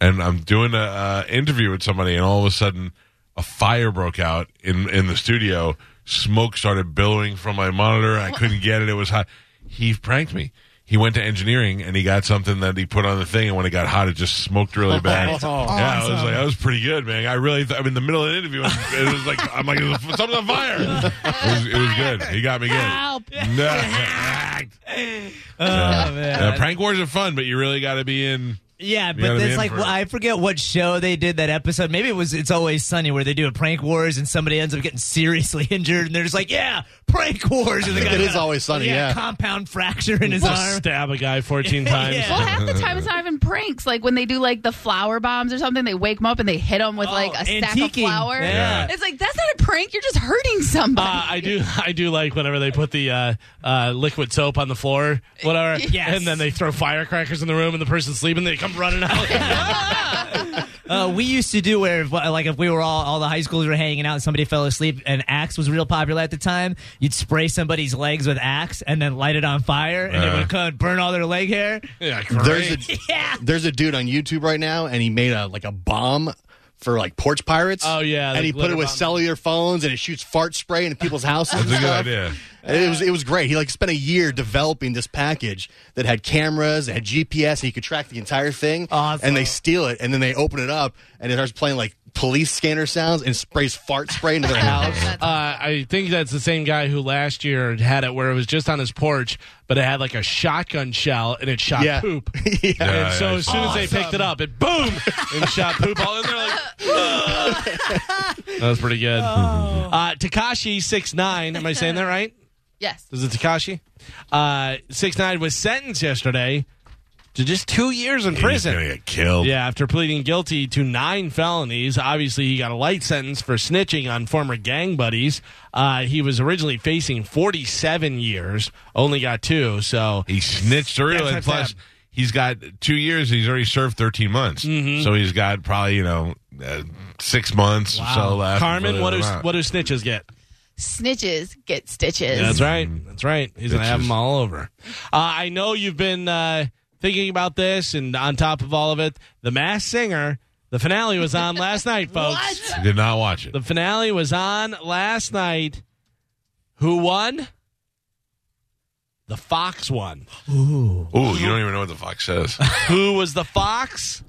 Speaker 2: and I'm doing a uh, interview with somebody, and all of a sudden, a fire broke out in in the studio. Smoke started billowing from my monitor. I couldn't get it. It was hot. He pranked me. He he went to engineering and he got something that he put on the thing, and when it got hot, it just smoked really bad. Yeah, I was like, that was pretty good, man. I really, th- I'm in the middle of an interview, and it was like, I'm like, something's on fire. It was, it was good. He got me good.
Speaker 5: Help.
Speaker 2: No. Yeah. Yeah, prank wars are fun, but you really got to be in.
Speaker 4: Yeah,
Speaker 2: gotta
Speaker 4: but
Speaker 2: be
Speaker 4: that's
Speaker 2: in
Speaker 4: like
Speaker 2: for it.
Speaker 4: I forget what show they did that episode. Maybe it was It's Always Sunny where they do a prank wars and somebody ends up getting seriously injured and they're just like, "Yeah, prank wars." And the guy
Speaker 9: It is
Speaker 4: got a-
Speaker 9: Always Sunny, yeah.
Speaker 4: compound fracture in his
Speaker 3: Just
Speaker 4: arm.
Speaker 3: stab a guy 14 times.
Speaker 4: Yeah.
Speaker 5: Well, half the time it's not even pranks. Like when they do like the flower bombs or something, they wake them up and they hit them with
Speaker 3: Oh,
Speaker 5: like a stack of
Speaker 4: Oh. antiquing.
Speaker 5: flour.
Speaker 4: Yeah.
Speaker 5: It's like that's not a prank. You're just hurting somebody.
Speaker 3: Uh, I do. I do like whenever they put the uh, uh, liquid soap on the floor, whatever,
Speaker 4: Yes.
Speaker 3: and then they throw firecrackers in the room, and the person's sleeping. They come running out.
Speaker 4: Uh, we used to do where, if, uh, like, if we were all all the high schools were hanging out and somebody fell asleep, and Axe was real popular at the time. You'd spray somebody's legs with Axe and then light it on fire, and it
Speaker 3: Uh-huh.
Speaker 2: Uh.
Speaker 4: would come and burn all their leg hair.
Speaker 2: Yeah,
Speaker 9: There's a there's a dude on YouTube right now, and he made a like a bomb for like porch pirates.
Speaker 3: Oh, yeah,
Speaker 9: and
Speaker 3: like
Speaker 9: he put
Speaker 3: glitter
Speaker 9: it with
Speaker 3: bomb.
Speaker 9: cellular phones, and it shoots fart spray into people's houses.
Speaker 2: That's a
Speaker 9: and
Speaker 2: good
Speaker 9: stuff.
Speaker 2: idea.
Speaker 9: And It was it was great. He like spent a year developing this package that had cameras, it had GPS, and he could track the entire thing.
Speaker 4: Awesome.
Speaker 9: And they steal it, and then they open it up, and it starts playing like police scanner sounds and sprays fart spray into their house.
Speaker 3: Uh, I think that's the same guy who last year had it where it was just on his porch, but it had like a shotgun shell and it shot
Speaker 9: Yeah.
Speaker 3: poop.
Speaker 9: yeah.
Speaker 3: And so
Speaker 2: yeah.
Speaker 3: as soon as they picked it up, it boom and shot poop all in there. Like, "Ugh." that was pretty good.
Speaker 9: Oh.
Speaker 3: Uh, Takashi six nine. Am I saying that right?
Speaker 5: yes.
Speaker 3: Is it Takashi? Uh, six nine was sentenced yesterday to just two years in prison.
Speaker 2: He's gonna get killed.
Speaker 3: Yeah, after pleading guilty to nine felonies, obviously he got a light sentence for snitching on former gang buddies. Uh, he was originally facing 47 years, only got two. So
Speaker 2: He snitched
Speaker 3: That's
Speaker 2: early,
Speaker 3: what I
Speaker 2: and plus
Speaker 3: said.
Speaker 2: he's got two years. and He's already served thirteen months,
Speaker 3: Mm-hmm.
Speaker 2: so he's got probably you know uh, six months or so left.
Speaker 3: Carmen,
Speaker 2: Really
Speaker 3: what do
Speaker 2: don't know.
Speaker 3: what do snitches get?
Speaker 5: Snitches get stitches.
Speaker 3: That's right. That's right. He's gonna have
Speaker 2: Bitches.
Speaker 3: them all over. Uh, I know you've been uh, thinking about this, and on top of all of it, The Masked Singer. The finale was on last night, folks.
Speaker 2: I did not watch it.
Speaker 3: The finale was on last night. Who won? The Fox won.
Speaker 2: Ooh, you don't even know what the fuck says.
Speaker 3: Who was the Fox?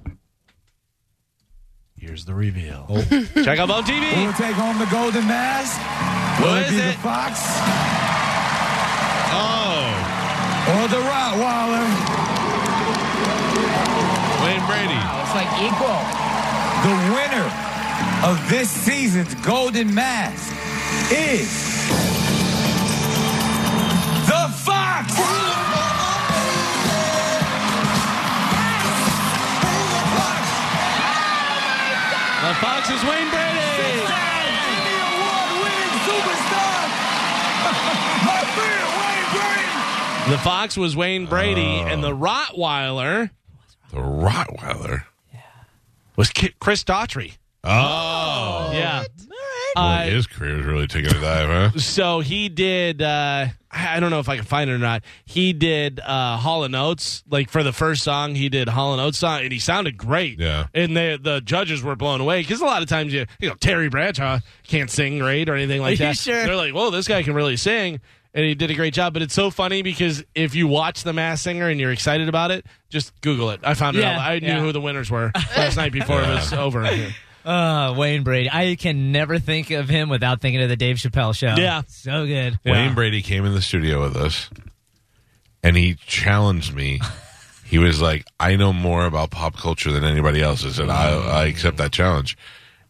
Speaker 3: Here's the reveal.
Speaker 4: Oh.
Speaker 3: Check out on TV.
Speaker 8: take home the golden mask.
Speaker 3: Who is it?
Speaker 8: fox?
Speaker 2: oh,
Speaker 8: Or the Rottweiler.
Speaker 2: Wayne Brady.
Speaker 4: It's like equal.
Speaker 8: The winner of this season's Golden Mask is the Fox.
Speaker 3: The Fox is Wayne Brady.
Speaker 8: Emmy Award-winning superstar, my friend Wayne Brady.
Speaker 3: The Fox was Wayne Brady,
Speaker 4: Oh.
Speaker 3: and the Rottweiler
Speaker 2: The Rottweiler.
Speaker 3: was Ki- Chris Daughtry.
Speaker 2: Oh,
Speaker 3: Yeah.
Speaker 2: Boy,
Speaker 3: Uh,
Speaker 2: his career is really taking a dive, huh?
Speaker 3: so he did. Uh, I I don't know if I can find it or not. He did uh, Hall and Oates. Like for the first song, he did Hall and Oates song, and he sounded great.
Speaker 2: Yeah.
Speaker 3: And the the judges were blown away because a lot of times you you know Terry Bradshaw can't sing great or anything like
Speaker 4: Are you
Speaker 3: that.
Speaker 4: sure?
Speaker 3: They're like, whoa, this guy can really sing. And he did a great job, but it's so funny because if you watch The Mass Singer and you're excited about it, just Google it. I found it.
Speaker 4: Yeah,
Speaker 3: out. I knew
Speaker 4: yeah.
Speaker 3: who the winners were last night before it was over.
Speaker 4: Uh, Wayne Brady. I can never think of him without thinking of the Dave Chappelle show.
Speaker 3: Yeah.
Speaker 4: So good.
Speaker 2: Wayne Brady came in the studio with us, and he challenged me. He was like, "I know more about pop culture than anybody else," and I, I accept that challenge.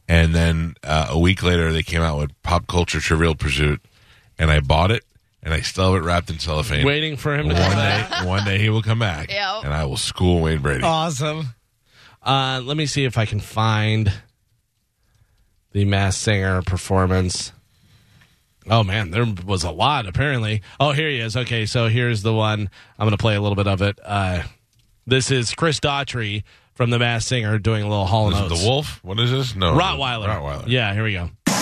Speaker 2: And then uh, a week later, they came out with Pop Culture Trivial Pursuit, and I bought it, and I still have it wrapped in cellophane.
Speaker 3: Waiting for him to
Speaker 2: one
Speaker 3: come
Speaker 2: day,
Speaker 3: back.
Speaker 2: one day he will come back,
Speaker 5: Yep.
Speaker 2: and I will school Wayne Brady.
Speaker 3: Oh,
Speaker 4: Awesome.
Speaker 3: Uh, let me see if I can find the mass singer performance. Oh man, there was a lot apparently. Oh, here he is. Okay, so here's the one. I'm going to play a little bit of it. Uh, this is Chris Daughtry from the Mass Singer doing a little Hall and
Speaker 2: Is it
Speaker 3: Oates.
Speaker 2: the wolf? What is this? No,
Speaker 3: Rottweiler.
Speaker 2: Rottweiler.
Speaker 3: Yeah, here we go.
Speaker 10: Watch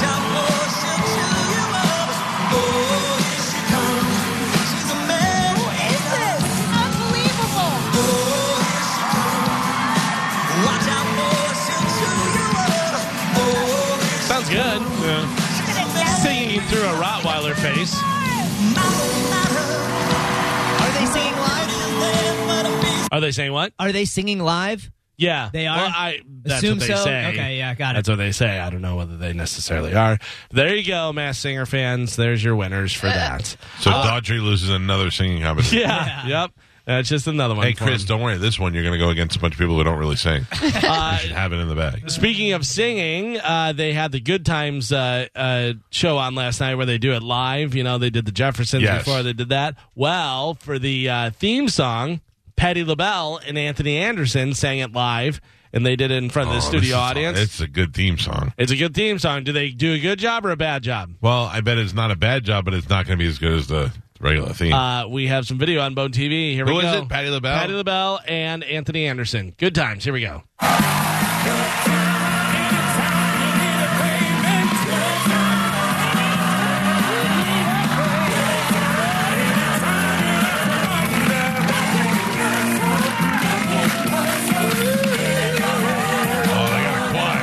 Speaker 10: out for she'll kill you all. Oh, here she comes. She's a man. Who is this? Unbelievable. Oh, here she comes. Watch out for she'll chew you up. Oh, here she
Speaker 3: Sounds good.
Speaker 10: comes. She's a man.
Speaker 3: Singing through a Rottweiler face.
Speaker 10: Not a matter.
Speaker 3: Are they saying what?
Speaker 4: Are they singing live?
Speaker 3: Yeah,
Speaker 4: They are?
Speaker 3: Well, I that's
Speaker 4: Assume
Speaker 3: what they
Speaker 4: so?
Speaker 3: say.
Speaker 4: Okay, yeah, got it.
Speaker 3: That's what they say. I don't know whether they necessarily are. There you go, Mass Singer fans. There's your winners for that.
Speaker 2: So
Speaker 3: Uh,
Speaker 2: Daughtry loses another singing competition.
Speaker 3: yeah, Yep. That's just another one.
Speaker 2: Hey,
Speaker 3: for
Speaker 2: Chris,
Speaker 3: them.
Speaker 2: don't worry. This one you're going to go against a bunch of people who don't really sing. you should
Speaker 3: Uh,
Speaker 2: have it in the bag.
Speaker 3: Speaking of singing, uh, they had the Good Times uh, uh, show on last night where they do it live. You know, they did the Jeffersons
Speaker 2: Yes.
Speaker 3: before they did that. Well, for the uh, theme song, Patti LaBelle and Anthony Anderson sang it live, and they did it in front of the
Speaker 2: Oh, this is-
Speaker 3: studio audience.
Speaker 2: It's a good theme song.
Speaker 3: It's a good theme song. Do they do a good job or a bad job?
Speaker 2: Well, I bet it's not a bad job, but it's not going to be as good as the regular theme.
Speaker 3: Uh, we have some video on Bone TV. Here
Speaker 2: Who
Speaker 3: we
Speaker 2: is
Speaker 3: go.
Speaker 2: it? Patti LaBelle?
Speaker 3: Patty LaBelle and Anthony Anderson. Good times. Here we go.
Speaker 2: oh, they got a choir.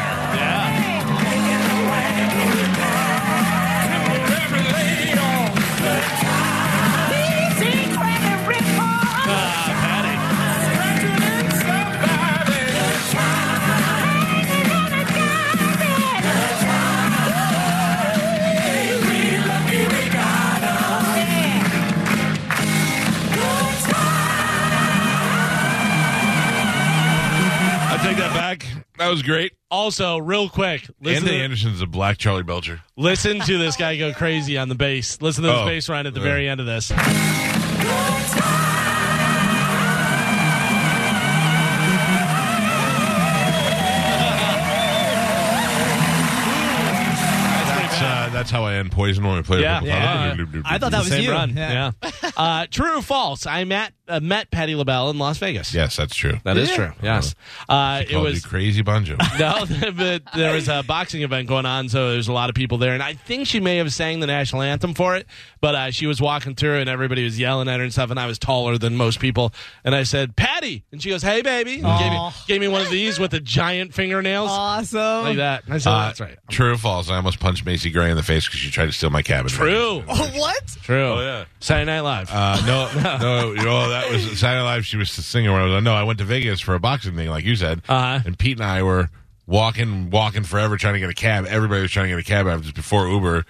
Speaker 2: I take that back. That was great.
Speaker 3: Also, real quick, listen,
Speaker 2: Anthony
Speaker 3: to,
Speaker 2: Anderson's a black Charlie Belcher.
Speaker 3: listen to this guy go crazy on the bass. Listen to this
Speaker 2: Oh.
Speaker 3: bass line at the
Speaker 2: Uh.
Speaker 3: very end of this.
Speaker 2: That's, uh, that's how I end Poison when we play.
Speaker 3: Yeah.
Speaker 2: it.
Speaker 3: Yeah.
Speaker 4: I thought that was
Speaker 3: Same
Speaker 4: you.
Speaker 3: run.
Speaker 4: Yeah.
Speaker 3: Yeah. Uh, true or false? I met uh, met Patty LaBelle in Las Vegas.
Speaker 2: Yes, that's true.
Speaker 3: That is true. Yes. Uh,
Speaker 2: Called
Speaker 3: it
Speaker 2: you
Speaker 3: was
Speaker 2: crazy banjo.
Speaker 3: No, but there was a boxing event going on, so there's a lot of people there, and I think she may have sang the national anthem for it. But uh, she was walking through, and everybody was yelling at her and stuff. And I was taller than most people, and I said, "Patty," and she goes, "Hey, baby," and gave me,
Speaker 4: Aw.
Speaker 3: gave me one of these with the giant fingernails
Speaker 4: Awesome.
Speaker 3: like that. And I said,
Speaker 2: Uh,
Speaker 3: "That's right,
Speaker 2: True or false? I almost punched Macy Gray in the face because she tried to steal my cabinet.
Speaker 3: true,
Speaker 4: What?
Speaker 3: true."
Speaker 2: Oh, yeah.
Speaker 3: Saturday Night Live.
Speaker 2: Uh, no, no, you know, that was Saturday Night Live. She was singing. When I was like, no, I went to Vegas for a boxing thing, like you said.
Speaker 3: Uh-huh.
Speaker 2: And Pete and I were walking, walking forever, trying to get a cab. Everybody was trying to get a cab. I was just before Uber,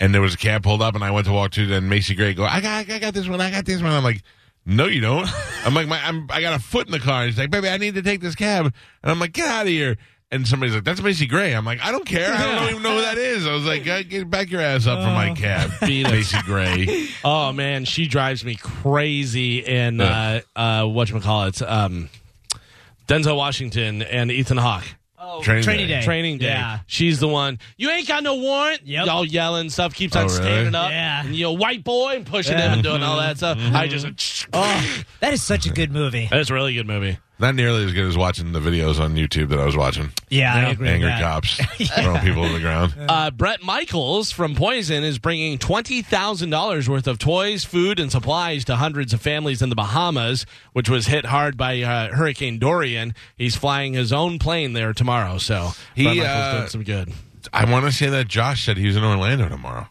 Speaker 2: and there was a cab pulled up, and I went to walk to. Then Macy Gray go, I got, I got this one, I got this one. I'm like, no, you don't. I'm like, my, I'm, I got a foot in the car. And she's like, baby, I need to take this cab, and I'm like, get out of here. And somebody's like, that's Macy Gray. I'm like, I don't care. I don't even know who that is. I was like, "Uh, get back your ass up from my cab,
Speaker 3: Oh, beat us.
Speaker 2: Macy Gray.
Speaker 3: oh man, she drives me crazy in uh,
Speaker 2: Yeah.
Speaker 3: uh, what call it? Um, Denzel Washington and Ethan Hawke.
Speaker 2: Training,
Speaker 4: Training Day.
Speaker 3: Training day.
Speaker 4: Yeah.
Speaker 3: She's the one. You ain't got no warrant.
Speaker 4: Yep.
Speaker 3: Y'all yelling stuff. Keeps
Speaker 2: Oh,
Speaker 3: on
Speaker 2: really?
Speaker 3: standing up.
Speaker 4: Yeah.
Speaker 3: And you know, white boy and pushing him and doing all that stuff. I just.
Speaker 4: Oh, that is such a good movie.
Speaker 3: That's a really good movie.
Speaker 2: Not nearly as good as watching the videos on YouTube that I was watching.
Speaker 4: Yeah, I agree. with
Speaker 2: Angry
Speaker 4: that.
Speaker 2: cops throwing people to the ground.
Speaker 3: Uh, Brett Michaels from Poison is bringing $20,000 worth of toys, food, and supplies to hundreds of families in the Bahamas, which was hit hard by uh, Hurricane Dorian. He's flying his own plane there tomorrow, so
Speaker 2: He,
Speaker 3: Brett Michaels
Speaker 2: uh,
Speaker 3: did some good.
Speaker 2: I want to say that Josh said he was in Orlando tomorrow.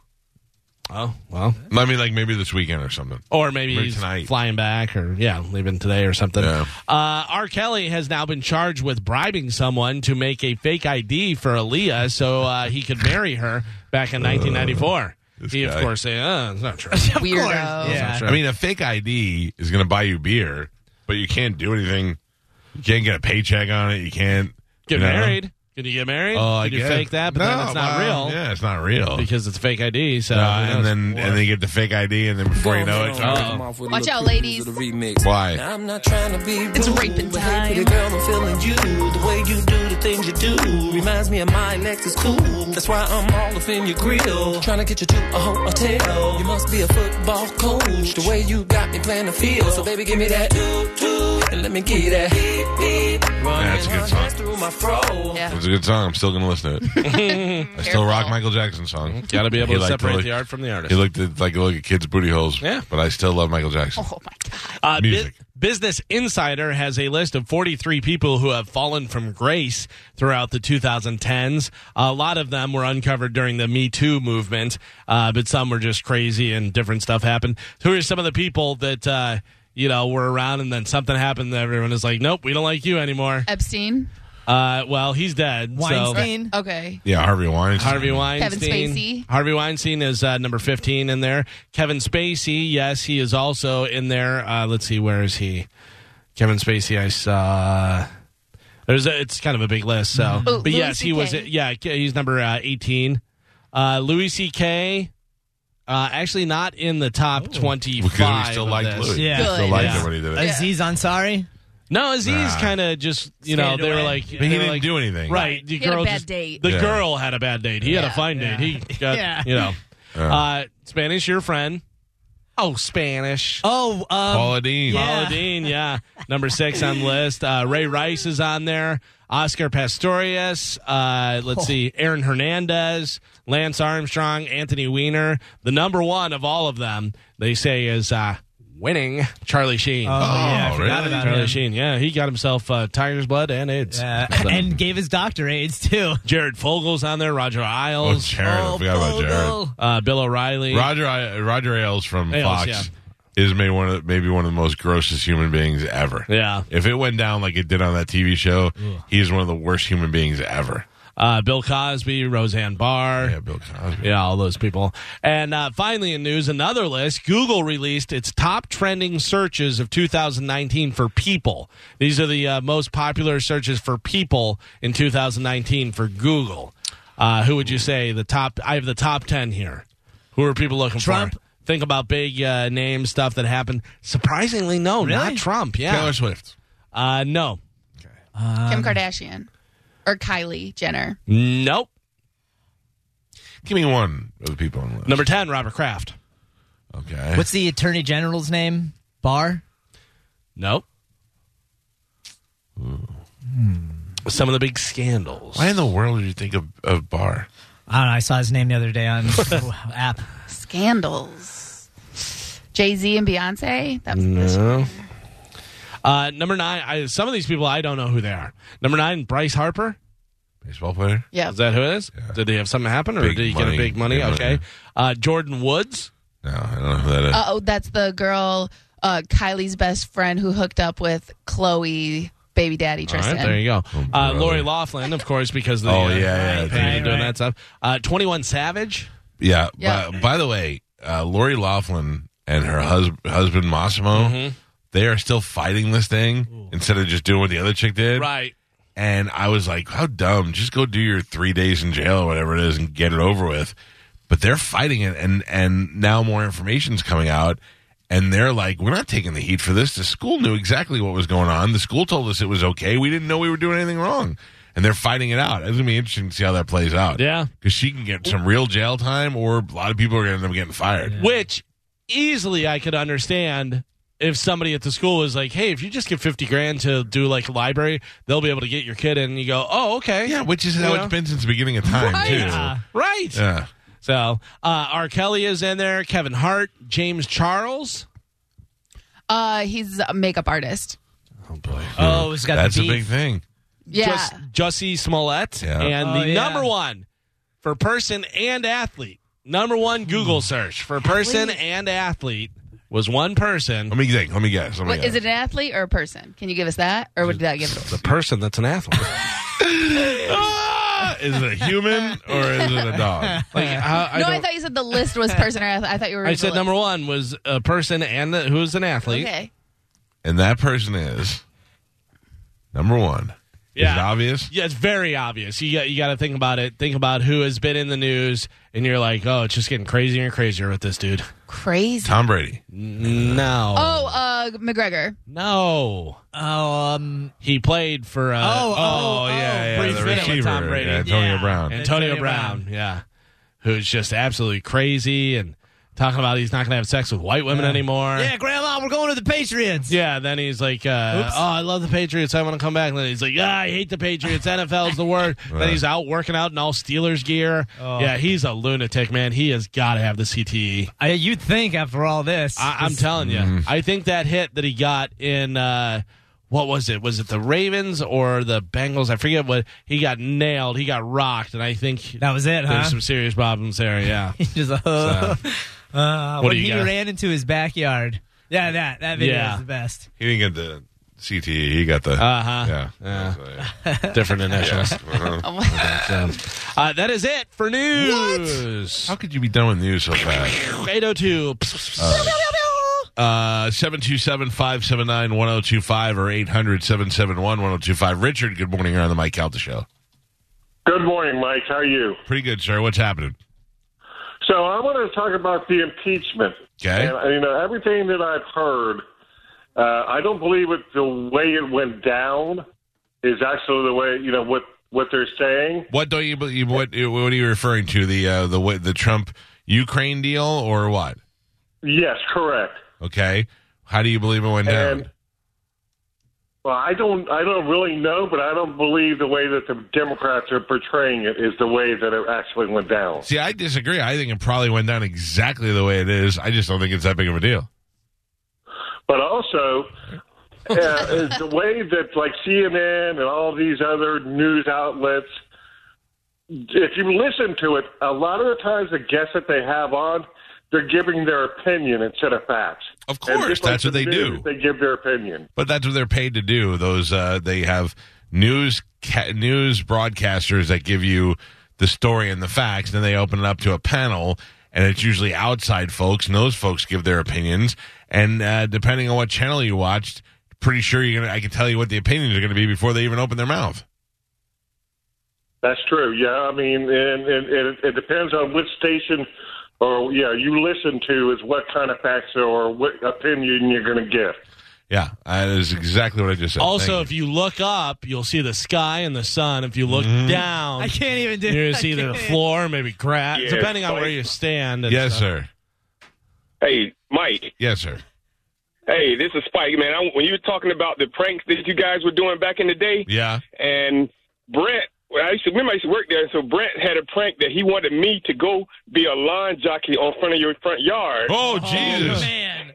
Speaker 3: Oh, well.
Speaker 2: I mean, like maybe this weekend or something.
Speaker 3: Or maybe
Speaker 2: Maybe
Speaker 3: he's
Speaker 2: tonight.
Speaker 3: flying back or, yeah, leaving today or something.
Speaker 2: Yeah.
Speaker 3: Uh, R. Kelly has now been charged with bribing someone to make a fake ID for Aaliyah so uh, he could marry her back in 1994.
Speaker 2: Uh, this
Speaker 3: he, of
Speaker 2: guy.
Speaker 3: course, said, uh, it's not true.
Speaker 5: Weirdo.
Speaker 4: Yeah.
Speaker 2: I mean, a fake ID is going to buy you beer, but you can't do anything. You can't get a paycheck on it. You can't
Speaker 3: Get
Speaker 2: you know?
Speaker 3: married. Can you get married?
Speaker 2: Oh, I
Speaker 3: Can you
Speaker 2: guess.
Speaker 3: fake that? But
Speaker 2: no,
Speaker 3: then it's not
Speaker 2: well,
Speaker 3: real
Speaker 2: Yeah, it's not real.
Speaker 3: because it's a fake ID. So,
Speaker 2: Uh,
Speaker 3: who knows?
Speaker 2: and then and then you get the fake ID, and then before you know it, it's not real.
Speaker 5: Watch out, ladies.
Speaker 2: why?
Speaker 10: I'm not trying to be rude.
Speaker 5: It's raping
Speaker 10: but hey, pretty
Speaker 5: time.
Speaker 10: girl, I'm feeling you. The way you do the things you do reminds me of my Lexus cool. That's why I'm all up in your grill. Trying to get you to a hotel. You must be a football coach. The way you got me playing the field. So baby, give me that do do and let me get that beep beep. Running
Speaker 2: That's a good song.
Speaker 10: hundreds through my fro.
Speaker 5: Yeah.
Speaker 2: It's a good song. I'm still going to listen to it. I still rock Michael Jackson song.
Speaker 3: Got to be able
Speaker 2: He
Speaker 3: to
Speaker 2: liked
Speaker 3: separate
Speaker 2: really-
Speaker 3: the art from the artist.
Speaker 2: He looked at like look at kids' booty holes.
Speaker 3: Yeah.
Speaker 2: But I still love Michael Jackson.
Speaker 5: Oh my god.
Speaker 3: Uh, bu-
Speaker 2: Music.
Speaker 3: Business Insider has a list of 43 people who have fallen from grace throughout the 2010s. A lot of them were uncovered during the Me Too movement, uh, but some were just crazy and different stuff happened. Who are some of the people that uh, you know, were around and then something happened and everyone is like, nope, we don't like you anymore.
Speaker 5: Epstein.
Speaker 3: Uh, well, he's dead.
Speaker 4: Weinstein.
Speaker 5: Okay.
Speaker 2: Yeah, Harvey
Speaker 3: So.
Speaker 2: Weinstein.
Speaker 3: Harvey Weinstein.
Speaker 5: Spacey.
Speaker 3: Harvey Weinstein is uh, number 15 in there. Kevin Spacey, yes, he is also in there. Uh, let's see, where is he? Kevin Spacey, I saw. There's a, it's kind of a big list, so.
Speaker 5: Mm-hmm. Ooh,
Speaker 3: but
Speaker 5: Louis
Speaker 3: yes, he was.
Speaker 5: CK.
Speaker 3: Yeah, he's number uh, 18. Uh, Louis C.K. Uh, actually, not in the top 25.
Speaker 2: Because we still
Speaker 3: of
Speaker 2: liked
Speaker 3: this.
Speaker 2: Louis.
Speaker 4: Yeah.
Speaker 2: We still
Speaker 5: Good.
Speaker 2: liked
Speaker 4: Yeah.
Speaker 2: him when he
Speaker 3: uh,
Speaker 2: did it.
Speaker 4: Aziz Ansari.
Speaker 3: No, Aziz
Speaker 2: Nah.
Speaker 3: kind of just you know
Speaker 4: Skated
Speaker 3: they were
Speaker 4: away.
Speaker 3: like,
Speaker 2: But he
Speaker 3: they were
Speaker 2: didn't
Speaker 3: like-
Speaker 2: do anything.
Speaker 3: right. The
Speaker 5: He had a
Speaker 3: girl
Speaker 5: bad
Speaker 3: just-
Speaker 5: date.
Speaker 3: The
Speaker 2: Yeah.
Speaker 3: girl had a bad date. He had a
Speaker 5: Yeah.
Speaker 3: fine date. He got
Speaker 4: Yeah.
Speaker 3: you know.
Speaker 2: Yeah.
Speaker 3: Uh, Spanish, your friend. Oh, Spanish.
Speaker 4: Oh, um,
Speaker 2: Paula Dean.
Speaker 4: yeah.
Speaker 3: Paula Dean, yeah, number six on the list. Uh, Ray Rice is on there. Oscar Pastorius. Uh, let's see, Aaron Hernandez, Lance Armstrong, Anthony Weiner. The number one of all of them, they say, is uh, winning Charlie Sheen.
Speaker 4: oh, yeah,
Speaker 2: Oh,
Speaker 4: I forgot
Speaker 2: really?
Speaker 4: about
Speaker 3: Charlie
Speaker 4: him.
Speaker 3: Sheen, yeah, he got himself uh, tiger's blood and AIDS.
Speaker 4: Yeah,
Speaker 3: So-
Speaker 4: and gave his doctor AIDS too.
Speaker 3: Jared Fogel's on there, Roger
Speaker 2: Oh,
Speaker 3: Isles,
Speaker 2: Jared. I forgot about Jared.
Speaker 4: Bogle.
Speaker 3: uh, Bill O'Reilly.
Speaker 2: Roger I, Roger Ailes from
Speaker 3: Ailes,
Speaker 2: Fox is maybe one of the, maybe one of the most grossest human beings ever.
Speaker 3: yeah,
Speaker 2: If it went down like it did on that TV show, he is one of the worst human beings ever.
Speaker 3: uh, Bill Cosby, Roseanne Barr.
Speaker 2: Yeah, Bill Cosby.
Speaker 3: Yeah, all those people. And uh, finally, in news, another list Google released its top trending searches of 2019 for people. These are the uh, most popular searches for people in 2019 for Google. Uh, who would you say the top? I have the top 10 here. Who are people looking
Speaker 4: Trump.
Speaker 3: for? Think about big uh, name stuff that happened. Surprisingly, no, not Trump. Yeah.
Speaker 2: Taylor Swift.
Speaker 3: Uh, no. Um,
Speaker 5: Kim Kardashian. Or Kylie Jenner.
Speaker 3: Nope.
Speaker 2: Give me one of the people on the list.
Speaker 3: Number 10, Robert Kraft.
Speaker 2: okay.
Speaker 4: What's the attorney general's name? Barr.
Speaker 3: Nope. Hmm. Some of the big scandals.
Speaker 2: Why in the world did you think of, of Barr?
Speaker 4: I don't know. I saw his name the other day on app.
Speaker 5: Scandals. Jay Z and Beyonce. That was this year.
Speaker 3: Uh, number nine, I, some of these people I don't know who they are. Number nine, Bryce Harper.
Speaker 2: Baseball player?
Speaker 5: Yeah.
Speaker 3: Is that who it is? Did they have something happen or
Speaker 2: Big
Speaker 3: did he get
Speaker 2: money.
Speaker 3: a big money?
Speaker 2: Big money.
Speaker 3: okay. Uh, Jordan Woods.
Speaker 2: No, I don't know who that is.
Speaker 5: Uh oh, that's the girl, uh, Kylie's best friend who hooked up with Chloe, baby daddy
Speaker 3: All
Speaker 5: Tristan.
Speaker 3: right, there you go. Uh,
Speaker 2: Oh, brother.
Speaker 3: Lori Laughlin, of course, because of the
Speaker 2: Oh,
Speaker 3: uh,
Speaker 2: yeah, yeah,
Speaker 3: pain and
Speaker 2: right,
Speaker 3: doing
Speaker 4: right.
Speaker 3: that stuff. Uh, Twenty One Savage.
Speaker 2: yeah.
Speaker 5: Yeah.
Speaker 2: By, by the way, uh, Lori Laughlin and her hus- husband Massimo, they are still fighting this thing instead of just doing what the other chick did.
Speaker 3: Right.
Speaker 2: And I was like, how dumb. Just go do your three days in jail or whatever it is and get it over with. But they're fighting it. And, and now more information's coming out. And they're like, we're not taking the heat for this. The school knew exactly what was going on. The school told us it was okay. We didn't know we were doing anything wrong. And they're fighting it out. It's going to be interesting to see how that plays out.
Speaker 3: Yeah.
Speaker 2: Because she can get some real jail time, or a lot of people are going to end up getting fired.
Speaker 3: Which easily I could understand if somebody at the school was like, "Hey, if you just give fifty grand to do like a library, they'll be able to get your kid." in." And you go, "Oh, okay,
Speaker 2: Yeah, which is how
Speaker 3: Yeah.
Speaker 2: it's been since the beginning of time,
Speaker 3: right,
Speaker 2: too.
Speaker 3: right."
Speaker 2: Yeah.
Speaker 3: So uh, R. Kelly is in there. Kevin Hart, James Charles.
Speaker 5: Uh, he's a makeup artist.
Speaker 4: Oh, it's got
Speaker 2: That's
Speaker 4: the
Speaker 2: a
Speaker 4: beef.
Speaker 2: big thing.
Speaker 5: Yeah.
Speaker 3: Jus- Jussie Smollett,
Speaker 2: Yeah.
Speaker 3: and
Speaker 4: Oh,
Speaker 3: the
Speaker 4: yeah.
Speaker 3: number one for person and athlete. Number one Google search for person and athlete was one person.
Speaker 2: Let me think. Let me guess. Let me
Speaker 5: What,
Speaker 2: guess.
Speaker 5: is it an athlete or a person? Can you give us that? Or would that give
Speaker 3: The person that's an athlete.
Speaker 2: Ah, is it a human or is it a dog?
Speaker 3: like, how- I
Speaker 5: No,
Speaker 3: don't-
Speaker 5: I thought you said the list was person or athlete. I thought you were
Speaker 3: I
Speaker 5: reading the
Speaker 3: said
Speaker 5: list.
Speaker 3: number one was a person and the, who's an athlete.
Speaker 5: Okay.
Speaker 2: And that person is number one. Is it
Speaker 3: Yeah.
Speaker 2: obvious?
Speaker 3: Yeah, it's very obvious. You got you got to think about it. Think about who has been in the news, and you're like, oh, it's just getting crazier and crazier with this dude.
Speaker 5: Crazy.
Speaker 2: Tom Brady.
Speaker 3: No,
Speaker 5: Oh, uh, McGregor.
Speaker 3: no,
Speaker 4: Um,
Speaker 3: he played for. Uh,
Speaker 4: oh, oh,
Speaker 2: yeah,
Speaker 3: brief
Speaker 2: the
Speaker 3: minute with
Speaker 2: receiver, uh,
Speaker 3: Tom Brady.
Speaker 2: Antonio
Speaker 4: Yeah.
Speaker 2: Brown.
Speaker 3: Antonio,
Speaker 4: Antonio
Speaker 3: Brown,
Speaker 4: Brown.
Speaker 3: yeah, who's just absolutely crazy and talking about he's not going to have sex with white women anymore.
Speaker 4: yeah, Grandma, we're going to the Patriots.
Speaker 3: Yeah, then he's like, uh, "Oh, I love the Patriots. I want to come back." And then he's like, "Ah, I hate the Patriots. NFL's the word." then he's out working out in all Steelers gear. Yeah, he's a lunatic, man. He has got to have the CTE.
Speaker 4: I, you'd think after all this,
Speaker 3: I- I'm telling you, I think that hit that he got in uh, what was it? Was it the Ravens or the Bengals? I forget what he got nailed. He got rocked, and I think
Speaker 4: that was it,
Speaker 3: there's
Speaker 4: huh?
Speaker 3: some serious problems there. Yeah.
Speaker 4: Just, uh, uh,
Speaker 3: What
Speaker 4: when
Speaker 3: do you
Speaker 4: he
Speaker 3: got?
Speaker 4: ran into his backyard. Yeah, that that video
Speaker 3: Yeah.
Speaker 4: is the best.
Speaker 2: He didn't get the CTE. He got the.
Speaker 3: Uh huh.
Speaker 2: yeah.
Speaker 3: Different initials.
Speaker 2: Uh-huh.
Speaker 3: Uh, that is it for news.
Speaker 2: How could you be done with news so fast?
Speaker 3: 802.
Speaker 2: Uh, 727-579-1025 or 800-771-1025. Richard, good morning. You're on the Mike Calta Show.
Speaker 11: Good morning, Mike. How are you?
Speaker 2: Pretty good, sir. What's happening?
Speaker 11: So I want to talk about the impeachment.
Speaker 2: Okay.
Speaker 11: And, you know, everything that I've heard, uh, I don't believe it. The way it went down is actually the way you know what what they're saying.
Speaker 2: What don't you believe? What What are you referring to? The uh, the wa- the Trump Ukraine deal or what?
Speaker 11: Yes, correct.
Speaker 2: Okay. How do you believe it went
Speaker 11: And
Speaker 2: down?
Speaker 11: well, I don't I don't really know, but I don't believe the way that the Democrats are portraying it is the way that it actually went down.
Speaker 2: See, I disagree. I think it probably went down exactly the way it is. I just don't think it's that big of a deal.
Speaker 11: but also uh, is the way that like CNN and all these other news outlets, if you listen to it, a lot of the times the guests that they have on, they're giving their opinion instead of facts.
Speaker 2: Of
Speaker 11: And
Speaker 2: course,
Speaker 11: just like
Speaker 2: that's what
Speaker 11: the
Speaker 2: they
Speaker 11: news,
Speaker 2: do.
Speaker 11: They give their opinion.
Speaker 2: But that's what they're paid to do. Those uh, they have news ca- news broadcasters that give you the story and the facts. Then they open it up to a panel, and it's usually outside folks, and those folks give their opinions. And uh, depending on what channel you watched, pretty sure you're gonna. I can tell you what the opinions are gonna be before they even open their mouth.
Speaker 11: That's true. Yeah, I mean, and, and, and it, it depends on which station or yeah you listen to is what kind of facts or what opinion you're going to get.
Speaker 2: Yeah, that is exactly what I just said.
Speaker 3: Also,
Speaker 2: Thank
Speaker 3: if you look up, you'll see the sky and the sun. If you look down,
Speaker 4: I can't even do.
Speaker 3: you're
Speaker 4: I
Speaker 3: gonna see the
Speaker 4: can't.
Speaker 3: floor, maybe grass,
Speaker 11: Yeah,
Speaker 3: depending on
Speaker 11: Mike.
Speaker 3: where you stand. and
Speaker 2: you. yes,
Speaker 3: stuff.
Speaker 2: sir.
Speaker 11: Hey, Mike.
Speaker 2: Yes, sir.
Speaker 11: Hey, this is Spike, man. I, when you were talking about the pranks that you guys were doing back in the day,
Speaker 2: Yeah.
Speaker 11: and Brett, well, I used to remember I used to work there, so Brett had a prank that he wanted me to go be a lawn jockey on front of your front yard,
Speaker 2: Oh, Jesus.
Speaker 4: Man,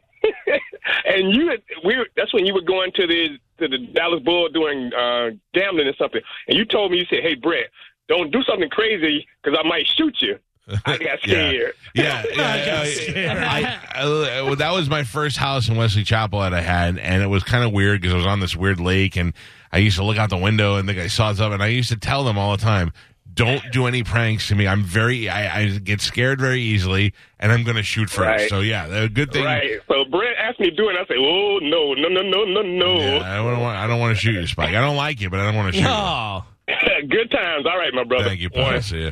Speaker 11: and you had, we were, that's when you were going to the to the Dallas Bull doing uh, gambling or something, and you told me you said, "Hey, Brett, don't do something crazy because I might shoot you." I got
Speaker 2: Yeah.
Speaker 11: scared.
Speaker 2: Yeah, yeah, yeah. I, I- well, that was my first house in Wesley Chapel that I had, and it was kind of weird because I was on this weird lake, and I used to look out the window and think I saw something. And I used to tell them all the time, "Don't do any pranks to me. I'm very, I, I get scared very easily, and I'm going to shoot first.
Speaker 11: Right.
Speaker 2: So yeah, the good thing.
Speaker 11: Right. So Brett asked me to do it, and I said, "Oh no, no, no, no, no, no."
Speaker 2: Yeah, I don't want. I don't want to shoot you, Spike. I don't like you, but I don't want to shoot
Speaker 3: Oh,
Speaker 11: Good times. All right, my
Speaker 2: you.
Speaker 11: brother.
Speaker 2: Thank you, pal. See ya.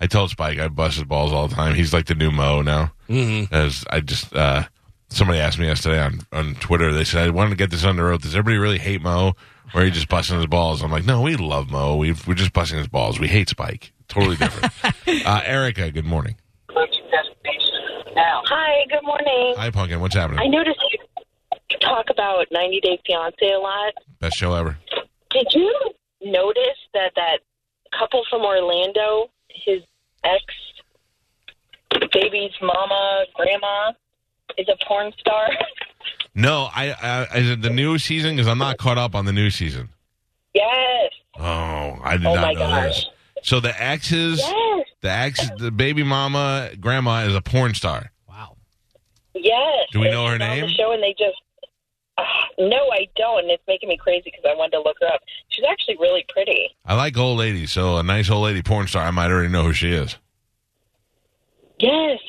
Speaker 2: I tell Spike I bust his balls all the time. He's like the new Mo now.
Speaker 3: Mhm.
Speaker 2: as I just uh, somebody asked me yesterday on, on Twitter. They said I wanted to get this under oath. Does everybody really hate Mo, or are you just busting his balls? I'm like, no, we love Mo. we we're just busting his balls. We hate Spike. Totally different. uh, Erica, good morning.
Speaker 12: Hi, good morning.
Speaker 2: Hi, Pumpkin. What's happening?
Speaker 12: I noticed you talk about 90 Day Fiance a lot.
Speaker 2: Best show ever.
Speaker 12: Did you notice that that couple from Orlando, his ex baby's mama, grandma, is a porn star?
Speaker 2: No, I, I is it the new season? Because I'm not caught up on the new season.
Speaker 12: yes,
Speaker 2: Oh, I did
Speaker 12: Oh,
Speaker 2: not
Speaker 12: my
Speaker 2: know
Speaker 12: gosh.
Speaker 2: this. So the exes,
Speaker 12: yes,
Speaker 2: the ex, the baby mama, grandma is a porn star.
Speaker 12: yes.
Speaker 2: Do we know her
Speaker 12: She's on
Speaker 2: name?
Speaker 12: The show and they just. Ah, no, I don't. And it's making me crazy because I wanted to look her up. She's actually really pretty.
Speaker 2: I like old ladies, so a nice old lady porn star. I might already know who she is.
Speaker 12: Yes,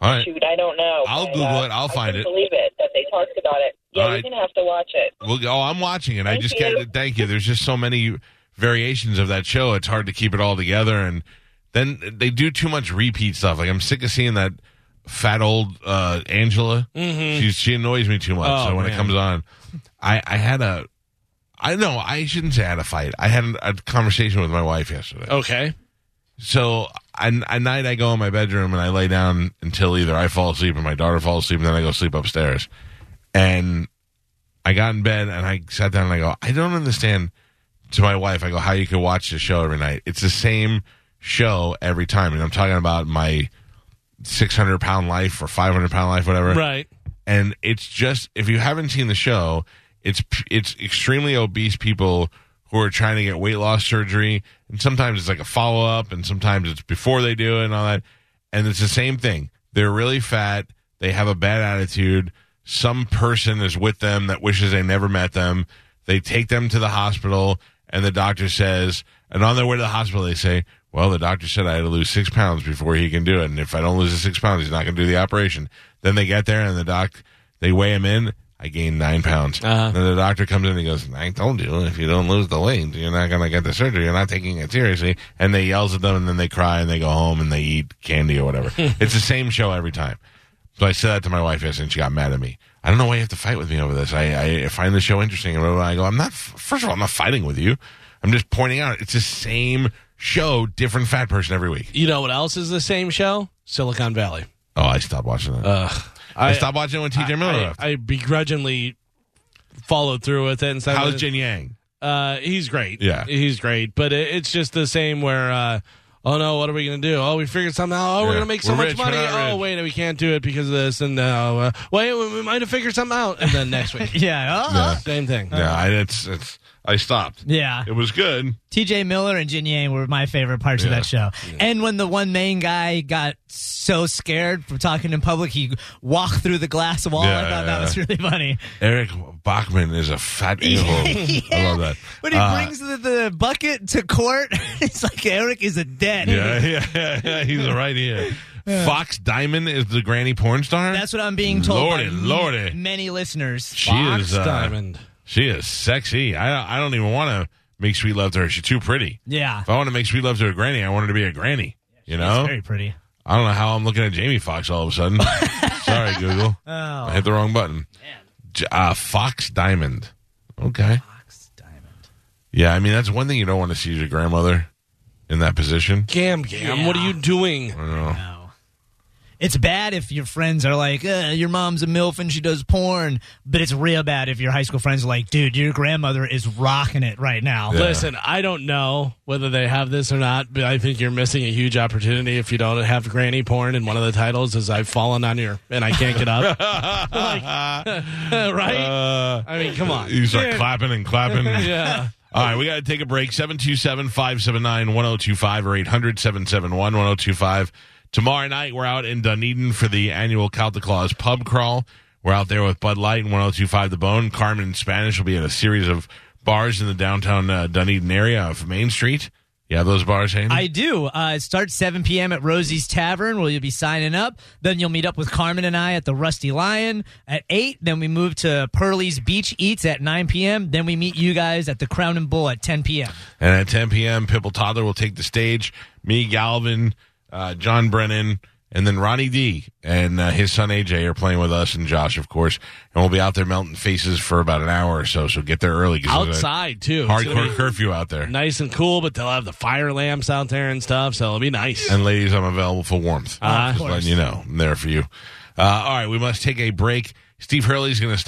Speaker 2: All right.
Speaker 12: shoot, I don't know.
Speaker 2: I'll
Speaker 12: but,
Speaker 2: Google
Speaker 12: uh,
Speaker 2: it. I'll
Speaker 12: I
Speaker 2: find
Speaker 12: couldn't
Speaker 2: it.
Speaker 12: Believe it that they talked about it. Yeah,
Speaker 2: All
Speaker 12: you're
Speaker 2: right.
Speaker 12: gonna have to watch it.
Speaker 2: Well, oh, I'm watching it. I
Speaker 12: Thank
Speaker 2: just
Speaker 12: you.
Speaker 2: can't. Thank you. There's just so many variations of that show. It's hard to keep it all together, and then they do too much repeat stuff. Like I'm sick of seeing that fat old uh, Angela.
Speaker 3: Mhm.
Speaker 2: She she annoys me too much.
Speaker 3: Oh,
Speaker 2: so when it
Speaker 3: man.
Speaker 2: comes on, I I had a. I know I shouldn't say I had a fight. I had a conversation with my wife yesterday.
Speaker 3: okay.
Speaker 2: So I, at night, I go in my bedroom and I lay down until either I fall asleep or my daughter falls asleep, and then I go sleep upstairs. And I got in bed and I sat down and I go, I don't understand. To my wife, I go, how you could watch the show every night? It's the same show every time, and I'm talking about my 600 pound life or 500 pound life, whatever
Speaker 3: Right.
Speaker 2: and it's just if you haven't seen the show, it's it's extremely obese people who are trying to get weight loss surgery, and sometimes it's like a follow up, and sometimes it's before they do it and all that, and it's the same thing. They're really fat, they have a bad attitude, some person is with them that wishes they never met them. They take them to the hospital, and the doctor says, and on their way to the hospital, they say, well, the doctor said I had to lose six pounds before he can do it. And if I don't lose the six pounds, he's not going to do the operation. Then they get there, and the doc, they weigh him in. I gained nine pounds. And then the doctor comes in and he goes, I told you, if you don't lose the weight, you're not going to get the surgery. You're not taking it seriously. And they yells at them, and then they cry, and they go home, and they eat candy or whatever. it's the same show every time. So I said that to my wife yesterday, and she got mad at me. I don't know why you have to fight with me over this. I, I find the show interesting. And blah, blah, blah. I go, I'm not, first of all, I'm not fighting with you. I'm just pointing out it's the same show, different fat person every week.
Speaker 3: You know what else is the same show? Silicon Valley.
Speaker 2: Oh, I stopped watching that.
Speaker 3: Ugh.
Speaker 2: I stopped watching when TJ Miller
Speaker 3: Uh, I,
Speaker 2: left.
Speaker 3: I begrudgingly followed through with it. And said-
Speaker 2: How's Jin Yang?
Speaker 3: Uh, he's great.
Speaker 2: Yeah.
Speaker 3: he's great. But it, it's just the same where. Uh, Oh no! What are we gonna do? Oh, we figured something out. Oh, we're
Speaker 2: Yeah.
Speaker 3: gonna make so
Speaker 2: We're
Speaker 3: much
Speaker 2: rich, we're
Speaker 3: money.
Speaker 2: not
Speaker 3: Oh,
Speaker 2: rich.
Speaker 3: wait, we can't do it because of this. And now, uh, wait, we we might have figured something out. And then next week,
Speaker 4: Yeah. uh,
Speaker 2: Yeah.
Speaker 3: same thing.
Speaker 2: Yeah, I, it's, it's, I stopped.
Speaker 4: Yeah.
Speaker 2: It was good.
Speaker 4: TJ Miller and Jin Yang were my favorite parts of
Speaker 2: Yeah.
Speaker 4: that show. And when the one main guy got so scared from talking in public, he walked through the glass wall. I
Speaker 2: Yeah,
Speaker 4: thought
Speaker 2: yeah.
Speaker 4: that was really funny.
Speaker 2: Eric Bachman is a fat a-hole. I love that.
Speaker 4: When he
Speaker 2: Uh,
Speaker 4: brings the, the bucket to court, it's like Eric is a dead.
Speaker 2: Yeah, yeah, yeah, yeah, he's right here. Fox Diamond is the granny porn star.
Speaker 4: That's what I'm being told.
Speaker 2: Lordy,
Speaker 4: by
Speaker 2: lordy.
Speaker 4: Many listeners.
Speaker 2: she
Speaker 3: Fox
Speaker 2: is uh,
Speaker 3: Diamond.
Speaker 2: She is sexy. I don't, I don't even want to make sweet love to her. She's too pretty.
Speaker 4: Yeah.
Speaker 2: If I want to make sweet love to a granny, I want her to be a granny. You know,
Speaker 4: It's very pretty.
Speaker 2: I don't know how I'm looking at Jamie Fox all of a sudden. Sorry, Google. I hit the wrong button. J- Uh, Fox Diamond. Okay.
Speaker 4: Fox Diamond.
Speaker 2: Yeah, I mean that's one thing you don't want to see is your grandmother in that position.
Speaker 3: Gam Gam, what are you doing?
Speaker 2: I don't know.
Speaker 4: No. It's bad if your friends are like, uh, your mom's a MILF and she does porn. But it's real bad if your high school friends are like, dude, your grandmother is rocking it right now.
Speaker 2: Yeah.
Speaker 3: Listen, I don't know whether they have this or not, but I think you're missing a huge opportunity if you don't have granny porn. And one of the titles is "I've fallen on your" and I can't get up. Like, right?
Speaker 2: Uh,
Speaker 3: I mean, come on.
Speaker 2: You start
Speaker 3: Yeah.
Speaker 2: clapping and clapping.
Speaker 3: Yeah.
Speaker 2: All right, we got to take a break. 727 579 1025 or 800 771 1025. Tomorrow night, we're out in Dunedin for the annual Count the Claws pub crawl. We're out there with Bud Light and 1025 The Bone. Carmen and Spanish will be at a series of bars in the downtown uh, Dunedin area of Main Street. You have those bars, Hayden?
Speaker 4: I do. Uh, it starts 7 p.m. at Rosie's Tavern, where you'll be signing up. Then you'll meet up with Carmen and I at the Rusty Lion at 8. Then we move to Pearlie's Beach Eats at 9 p.m. Then we meet you guys at the Crown and Bull at 10 p.m.
Speaker 2: And at 10 p.m., Pipple Toddler will take the stage. Me, Galvin, uh, John Brennan, and then Ronnie D and uh, his son AJ are playing with us and Josh, of course. And we'll be out there melting faces for about an hour or so. So get there early. 'cause there's a
Speaker 3: Outside too. It's gonna
Speaker 2: Hardcore
Speaker 3: be
Speaker 2: curfew out there.
Speaker 3: Nice and cool, but they'll have the fire lamps out there and stuff, so it'll be nice.
Speaker 2: And ladies, I'm available for warmth.
Speaker 3: Ah, of
Speaker 2: Just
Speaker 3: course.
Speaker 2: letting you know. I'm there for you. Uh, all right, we must take a break. Steve Hurley's going to stop.